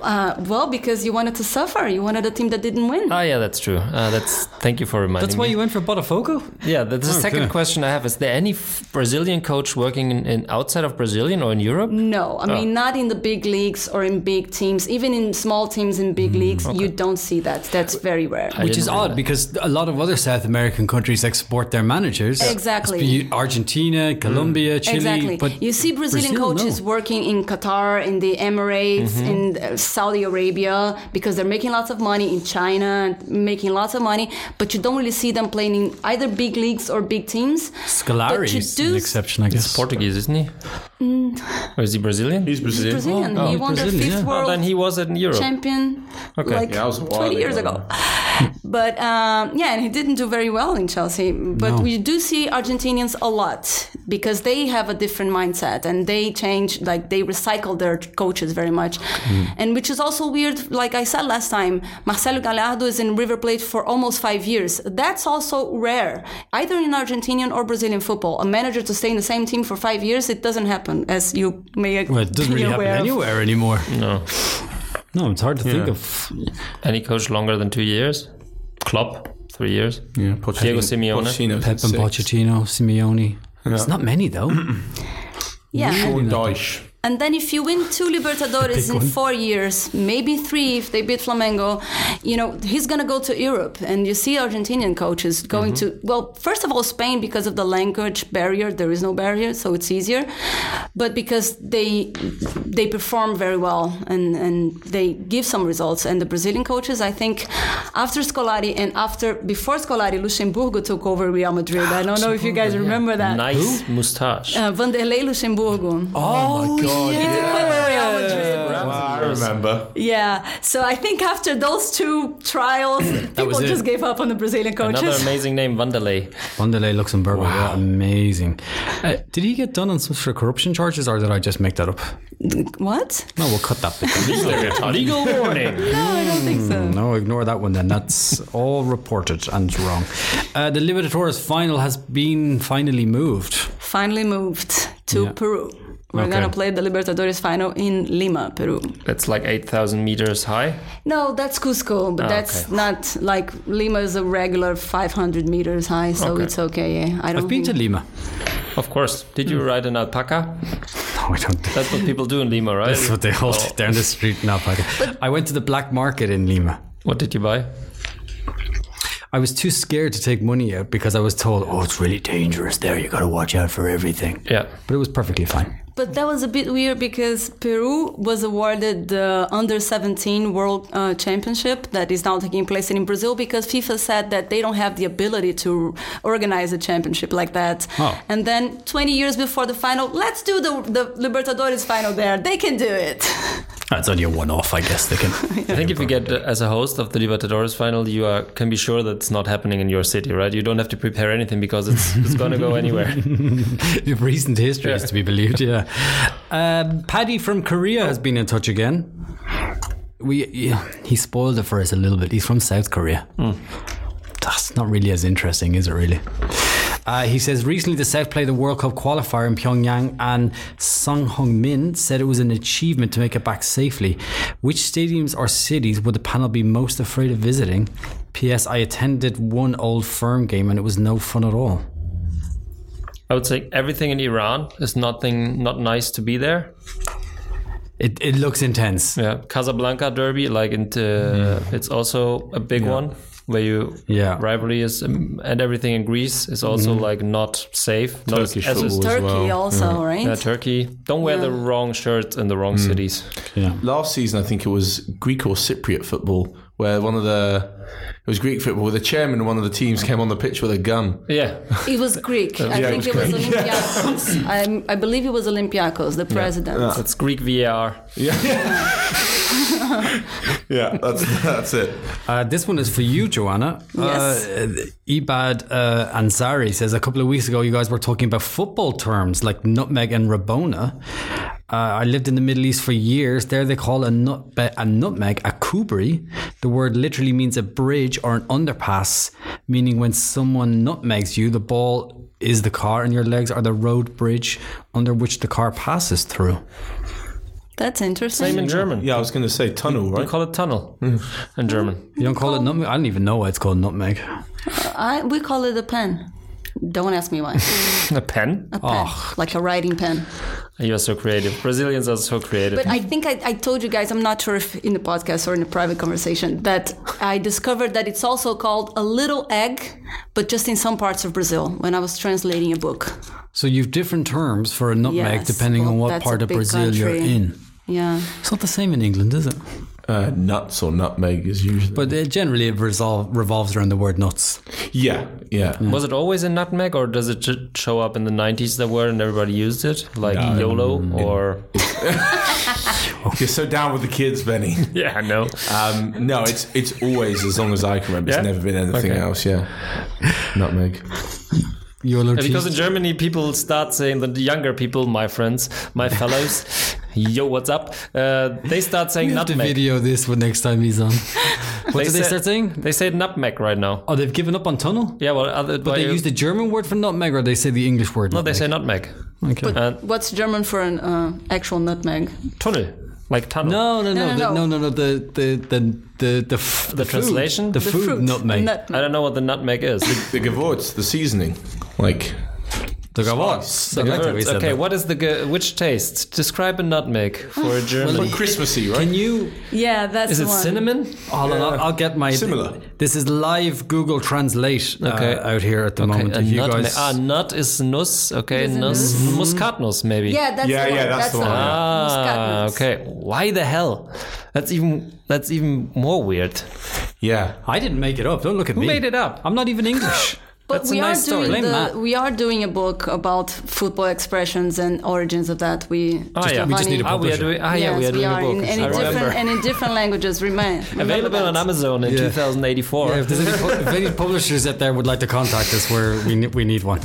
[SPEAKER 5] Uh, well, because you wanted to suffer. You wanted a team that didn't win.
[SPEAKER 4] Ah, yeah, that's true. Uh, that's thank you for reminding
[SPEAKER 1] That's why
[SPEAKER 4] me.
[SPEAKER 1] you went for Botafogo?
[SPEAKER 4] yeah, the, the second
[SPEAKER 1] Okay.
[SPEAKER 4] question I have is: There any f- Brazilian coach working in, in outside of Brazilian or in Europe?
[SPEAKER 5] no, I mean,
[SPEAKER 4] Oh.
[SPEAKER 5] not in the big leagues or in big teams. Even in small teams in
[SPEAKER 4] Mm,
[SPEAKER 5] big leagues, you don't see that. That's very rare.
[SPEAKER 1] Which is
[SPEAKER 4] didn't know
[SPEAKER 1] odd
[SPEAKER 4] that.
[SPEAKER 1] because a lot of other South American countries export their managers.
[SPEAKER 5] Exactly.
[SPEAKER 1] Be Argentina, Colombia, Chile.
[SPEAKER 5] exactly.
[SPEAKER 1] But
[SPEAKER 5] you see Brazilian
[SPEAKER 1] Brazil,
[SPEAKER 5] coaches
[SPEAKER 1] no. Mm-hmm.
[SPEAKER 5] working in Qatar, in the Emirates, in uh, Saudi Arabia because they're making lots of money in China, and making lots of money, but you don't really see them playing in either big leags or big teams.
[SPEAKER 1] Scolari
[SPEAKER 5] But you
[SPEAKER 1] is
[SPEAKER 5] do
[SPEAKER 1] an
[SPEAKER 5] s-
[SPEAKER 1] exception, I guess.
[SPEAKER 4] Portuguese, isn't he? Or is he Brazilian?
[SPEAKER 3] He's Brazilian.
[SPEAKER 5] Brazilian. he won the
[SPEAKER 1] Brazilian,
[SPEAKER 5] fifth
[SPEAKER 1] yeah.
[SPEAKER 4] Oh,
[SPEAKER 5] world
[SPEAKER 4] then he was in Europe.
[SPEAKER 5] champion like
[SPEAKER 3] Yeah, that was a while
[SPEAKER 5] 20 years
[SPEAKER 3] ago.
[SPEAKER 5] ago. But um, yeah, and he didn't do very well in Chelsea. But
[SPEAKER 1] No.
[SPEAKER 5] we do see Argentinians a lot because they have a different mindset and they change, like they recycle their coaches very much.
[SPEAKER 1] Mm.
[SPEAKER 5] And which is also weird, like I said last time, Marcelo Gallardo is in River Plate for almost five years. That's also rare, either in Argentinian or Brazilian football. A manager to stay in the same team for five years, it doesn't happen, as you may
[SPEAKER 1] Well, it doesn't
[SPEAKER 5] be
[SPEAKER 1] really happen
[SPEAKER 5] aware of.
[SPEAKER 1] anywhere anymore.
[SPEAKER 4] No,
[SPEAKER 1] No, it's hard to think of.
[SPEAKER 4] any coach longer than two years? Klopp, three years.
[SPEAKER 3] Yeah, Pochettino.
[SPEAKER 4] Diego Simeone.
[SPEAKER 3] Pochettino's
[SPEAKER 1] Pep and
[SPEAKER 3] six.
[SPEAKER 1] Pochettino, Simeone. It's not many, though.
[SPEAKER 5] Yeah.
[SPEAKER 3] Sean Dyche.
[SPEAKER 5] And then if you win two Libertadores
[SPEAKER 1] Big
[SPEAKER 5] in
[SPEAKER 1] one.
[SPEAKER 5] four years, maybe three if they beat Flamengo, you know, he's going to go to Europe. And you see Argentinian coaches going
[SPEAKER 1] Mm-hmm.
[SPEAKER 5] to, well, first of all, Spain, because of the language barrier, there is no barrier, so it's easier. But because they they perform very well and, and they give some results. And the Brazilian coaches, I think, after Scolari and after, before Scolari, Luxemburgo took over Real Madrid. I don't know if you guys remember that.
[SPEAKER 4] Nice mustache.
[SPEAKER 5] Uh, Vanderlei Luxemburgo.
[SPEAKER 1] Oh, my God.
[SPEAKER 4] Wow, I
[SPEAKER 3] remember.
[SPEAKER 5] Yeah. So I think after those two trials, people
[SPEAKER 1] was it.
[SPEAKER 5] just gave up on the Brazilian coaches.
[SPEAKER 4] Another amazing name, Vanderlei.
[SPEAKER 1] Wanderlei Luxembourg. Wow. Amazing. Uh, did he get done on some sort of corruption charges or did I just make that up?
[SPEAKER 5] what?
[SPEAKER 1] No, we'll cut that bit.
[SPEAKER 4] Legal warning.
[SPEAKER 5] No, I don't think so.
[SPEAKER 1] No, ignore that one then. That's all reported and wrong. Uh, the Libertadores final has been finally moved.
[SPEAKER 5] Finally moved to
[SPEAKER 1] Yeah.
[SPEAKER 5] Peru. We're
[SPEAKER 1] Okay.
[SPEAKER 5] gonna play the Libertadores final in Lima, Peru.
[SPEAKER 4] That's like 8,000 meters high.
[SPEAKER 5] No, that's Cusco, but
[SPEAKER 4] Ah,
[SPEAKER 5] that's
[SPEAKER 4] okay.
[SPEAKER 5] not like Lima is a regular 500 meters high, so
[SPEAKER 4] Okay.
[SPEAKER 5] it's okay. Yeah, I don't.
[SPEAKER 1] I've been to
[SPEAKER 5] think-
[SPEAKER 1] Lima.
[SPEAKER 4] Of course. Did you ride an alpaca?
[SPEAKER 1] No, I don't.
[SPEAKER 4] That's what people do in Lima, right?
[SPEAKER 1] That's what they hold down the street now. I went to the black market in Lima.
[SPEAKER 4] What did you buy?
[SPEAKER 1] I was too scared to take money out because I was told, "Oh, it's really dangerous there. You got to watch out for everything."
[SPEAKER 4] Yeah.
[SPEAKER 1] But it was perfectly fine.
[SPEAKER 5] But that was a bit weird because Peru was awarded the under 17 World uh, Championship that is now taking place in Brazil because FIFA said that they don't have the ability to organize a championship like that.
[SPEAKER 1] Oh.
[SPEAKER 5] And then 20 years before the final, let's do the, the Libertadores final there. They can do it.
[SPEAKER 1] That's only a one-off, I guess. They can.
[SPEAKER 4] I think if you get uh, as a host of the Libertadores final, you are, can be sure that it's not happening in your city, right? You don't have to prepare anything because it's, it's going to go anywhere.
[SPEAKER 1] If recent history is
[SPEAKER 4] Yeah.
[SPEAKER 1] to be believed, yeah. Um, Paddy from Korea has been in touch again. We yeah, he spoiled it for us a little bit. He's from South Korea. That's not really as interesting, is it? Really. Uh, he says recently the South played the World Cup qualifier in Pyongyang, and Sung Hong Min said it was an achievement to make it back safely. Which stadiums or cities would the panel be most afraid of visiting? P.S. I attended one old firm game and it was no fun at all.
[SPEAKER 4] I would say everything in Iran is nothing, not nice to be there.
[SPEAKER 1] It, it looks intense.
[SPEAKER 4] Yeah, Casablanca Derby, like in uh,
[SPEAKER 3] Mm.
[SPEAKER 4] it's also a big one where you
[SPEAKER 1] Yeah.
[SPEAKER 4] rivalry is um, and everything in Greece is also like not safe. Not as-
[SPEAKER 3] Mm-hmm. Turkish
[SPEAKER 4] as-
[SPEAKER 3] football.
[SPEAKER 5] Turkey
[SPEAKER 3] well.
[SPEAKER 5] also, right?
[SPEAKER 4] Yeah, Turkey. Don't wear the wrong shirts in the wrong
[SPEAKER 3] Mm.
[SPEAKER 4] cities.
[SPEAKER 3] Last season, I think it was Greek or Cypriot football, where one of the it was Greek football, where the chairman of one of the teams came on the pitch with a gun.
[SPEAKER 4] Yeah,
[SPEAKER 5] It was Greek. I
[SPEAKER 3] Yeah, it
[SPEAKER 5] think
[SPEAKER 3] was
[SPEAKER 5] it was, Olympiakos. I'm- I, believe it was Olympiakos, the president.
[SPEAKER 4] that's Greek VAR.
[SPEAKER 3] Yeah, yeah, that's that's it.
[SPEAKER 1] Uh, this one is for you, Joanna.
[SPEAKER 5] Yes.
[SPEAKER 1] Uh, Ibad uh, Ansari says a couple of weeks ago, you guys were talking about football terms like nutmeg and rabona. Uh, I lived in the Middle East for years. There, they call a, nut a nutmeg a kubri. The word literally means a bridge or an underpass, meaning when someone nutmegs you, the ball is the car and your legs are the road bridge under which the car passes through.
[SPEAKER 5] That's interesting.
[SPEAKER 4] Same in German.
[SPEAKER 3] Yeah, Mm. I was going to say tunnel,
[SPEAKER 4] We
[SPEAKER 3] right?
[SPEAKER 4] call it tunnel in German.
[SPEAKER 1] You don't call it nutmeg? I don't even know why it's called nutmeg.
[SPEAKER 5] I, we call it a pen. Don't ask me why.
[SPEAKER 4] A pen?
[SPEAKER 5] pen, like a writing pen.
[SPEAKER 4] You are so creative. Brazilians are so creative.
[SPEAKER 5] But I think I, I told you guys, I'm not sure if in the podcast or in a private conversation, that I discovered that it's also called a little egg, but just in some parts of Brazil when I was translating a book.
[SPEAKER 1] So you've different terms for a nutmeg
[SPEAKER 5] Yes,
[SPEAKER 1] depending on
[SPEAKER 5] well,
[SPEAKER 1] what
[SPEAKER 5] that's
[SPEAKER 1] part
[SPEAKER 5] a
[SPEAKER 1] of
[SPEAKER 5] big
[SPEAKER 1] Brazil you're
[SPEAKER 5] country.
[SPEAKER 1] in.
[SPEAKER 5] Yeah.
[SPEAKER 1] It's not the same in England, is it?
[SPEAKER 3] Uh, nuts or nutmeg is usually.
[SPEAKER 1] But uh, generally, it resolve, revolves around the word nuts.
[SPEAKER 3] yeah, yeah.
[SPEAKER 4] was it always a nutmeg, or does it ju- show up in the 90s that word and everybody used it, like YOLO or
[SPEAKER 3] You're so down with the kids, Benny.
[SPEAKER 4] yeah, no.
[SPEAKER 3] Um, no, it's it's always as long as I can remember.
[SPEAKER 4] Yeah?
[SPEAKER 3] It's never been anything
[SPEAKER 4] Okay.
[SPEAKER 3] else. Yeah, nutmeg.
[SPEAKER 1] Yolo cheese.
[SPEAKER 4] Because in Germany, people start saying the younger people, my friends, my fellows, yo, what's up? Uh, they start saying
[SPEAKER 1] we have to
[SPEAKER 4] nutmeg.
[SPEAKER 1] video this for next time he's on. What did they
[SPEAKER 4] said-
[SPEAKER 1] start saying?
[SPEAKER 4] They say nutmeg right now.
[SPEAKER 1] Oh, they've given up on tunnel?
[SPEAKER 4] Yeah, well, other,
[SPEAKER 1] But
[SPEAKER 4] why
[SPEAKER 1] they
[SPEAKER 4] you-
[SPEAKER 1] use the German word for nutmeg or they say the English word?
[SPEAKER 4] no, they say nutmeg.
[SPEAKER 1] Okay.
[SPEAKER 5] But
[SPEAKER 4] And-
[SPEAKER 5] what's German for an uh, actual nutmeg?
[SPEAKER 4] Tunnel, like tunnel.
[SPEAKER 1] no, no, no,
[SPEAKER 5] No, no,
[SPEAKER 1] the- no, no,
[SPEAKER 5] no.
[SPEAKER 1] no. The the the the the, f-
[SPEAKER 4] The
[SPEAKER 1] food-
[SPEAKER 4] translation?
[SPEAKER 1] the,
[SPEAKER 4] The
[SPEAKER 1] food
[SPEAKER 5] Fruit.
[SPEAKER 1] nutmeg.
[SPEAKER 5] Nut-
[SPEAKER 4] I don't know what the nutmeg is.
[SPEAKER 3] The Gewurz, the seasoning, like
[SPEAKER 1] They go what?
[SPEAKER 3] Spice.
[SPEAKER 1] They go back to what we
[SPEAKER 4] Words.
[SPEAKER 1] said
[SPEAKER 4] Okay,
[SPEAKER 1] then.
[SPEAKER 4] what is the g- which taste? Describe a nutmeg for a German.
[SPEAKER 3] Like Christmassy, right?
[SPEAKER 1] Can you?
[SPEAKER 5] Yeah, that's
[SPEAKER 4] is
[SPEAKER 5] the
[SPEAKER 4] it
[SPEAKER 5] one.
[SPEAKER 4] cinnamon?
[SPEAKER 1] Hold on, Oh, I'll, I'll get my
[SPEAKER 3] Similar.
[SPEAKER 1] This is live Google Translate uh,
[SPEAKER 4] Okay.
[SPEAKER 1] out here at the
[SPEAKER 4] Okay,
[SPEAKER 1] moment.
[SPEAKER 4] a
[SPEAKER 1] If you
[SPEAKER 4] nutmeg.
[SPEAKER 1] guys,
[SPEAKER 4] Ah, nut is nuss. Okay, nuss. Muscatnuss, maybe.
[SPEAKER 5] Yeah, that's
[SPEAKER 3] Yeah,
[SPEAKER 5] the one.
[SPEAKER 3] yeah, that's the one, yeah.
[SPEAKER 4] Ah,
[SPEAKER 5] Muscatnuts.
[SPEAKER 4] okay. Why the hell? That's even that's even more weird. Ah,
[SPEAKER 3] Yeah.
[SPEAKER 1] I didn't make it up. Don't look at me.
[SPEAKER 4] made it up?
[SPEAKER 1] I'm not even English.
[SPEAKER 5] But
[SPEAKER 4] That's a
[SPEAKER 5] we
[SPEAKER 4] nice
[SPEAKER 5] are
[SPEAKER 4] story.
[SPEAKER 5] doing
[SPEAKER 1] Blame
[SPEAKER 5] the,
[SPEAKER 1] Matt.
[SPEAKER 5] we are doing a book about football expressions and origins of that. We
[SPEAKER 4] Ah, yeah.
[SPEAKER 1] we just need a
[SPEAKER 4] Ah, we are
[SPEAKER 1] publisher.
[SPEAKER 4] doing. Ah, yeah,
[SPEAKER 5] yes,
[SPEAKER 4] we are doing a book.
[SPEAKER 5] in, and
[SPEAKER 4] I
[SPEAKER 5] in
[SPEAKER 4] remember.
[SPEAKER 5] different and in different languages. Remain
[SPEAKER 4] Available on Amazon in
[SPEAKER 1] Yeah.
[SPEAKER 4] 2084.
[SPEAKER 1] Yeah, if, there's any, if any publishers out there would like to contact us, we're, we, ne- we need one.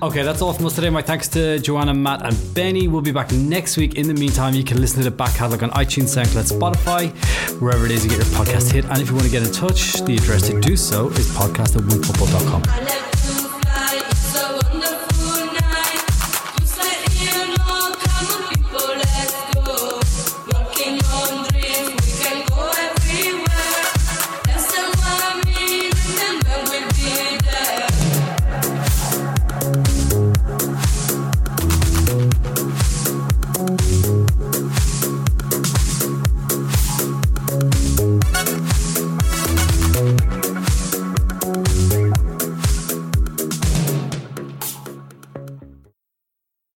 [SPEAKER 1] Okay, that's all from us today. My thanks to Joanna, Matt, and Benny. We'll be back next week. In the meantime, you can listen to the back catalog on iTunes, SoundCloud, Spotify, wherever it is you get your podcast hit. And if you want to get in touch, the address to do so is podcast at winfootball.com.
[SPEAKER 2] I never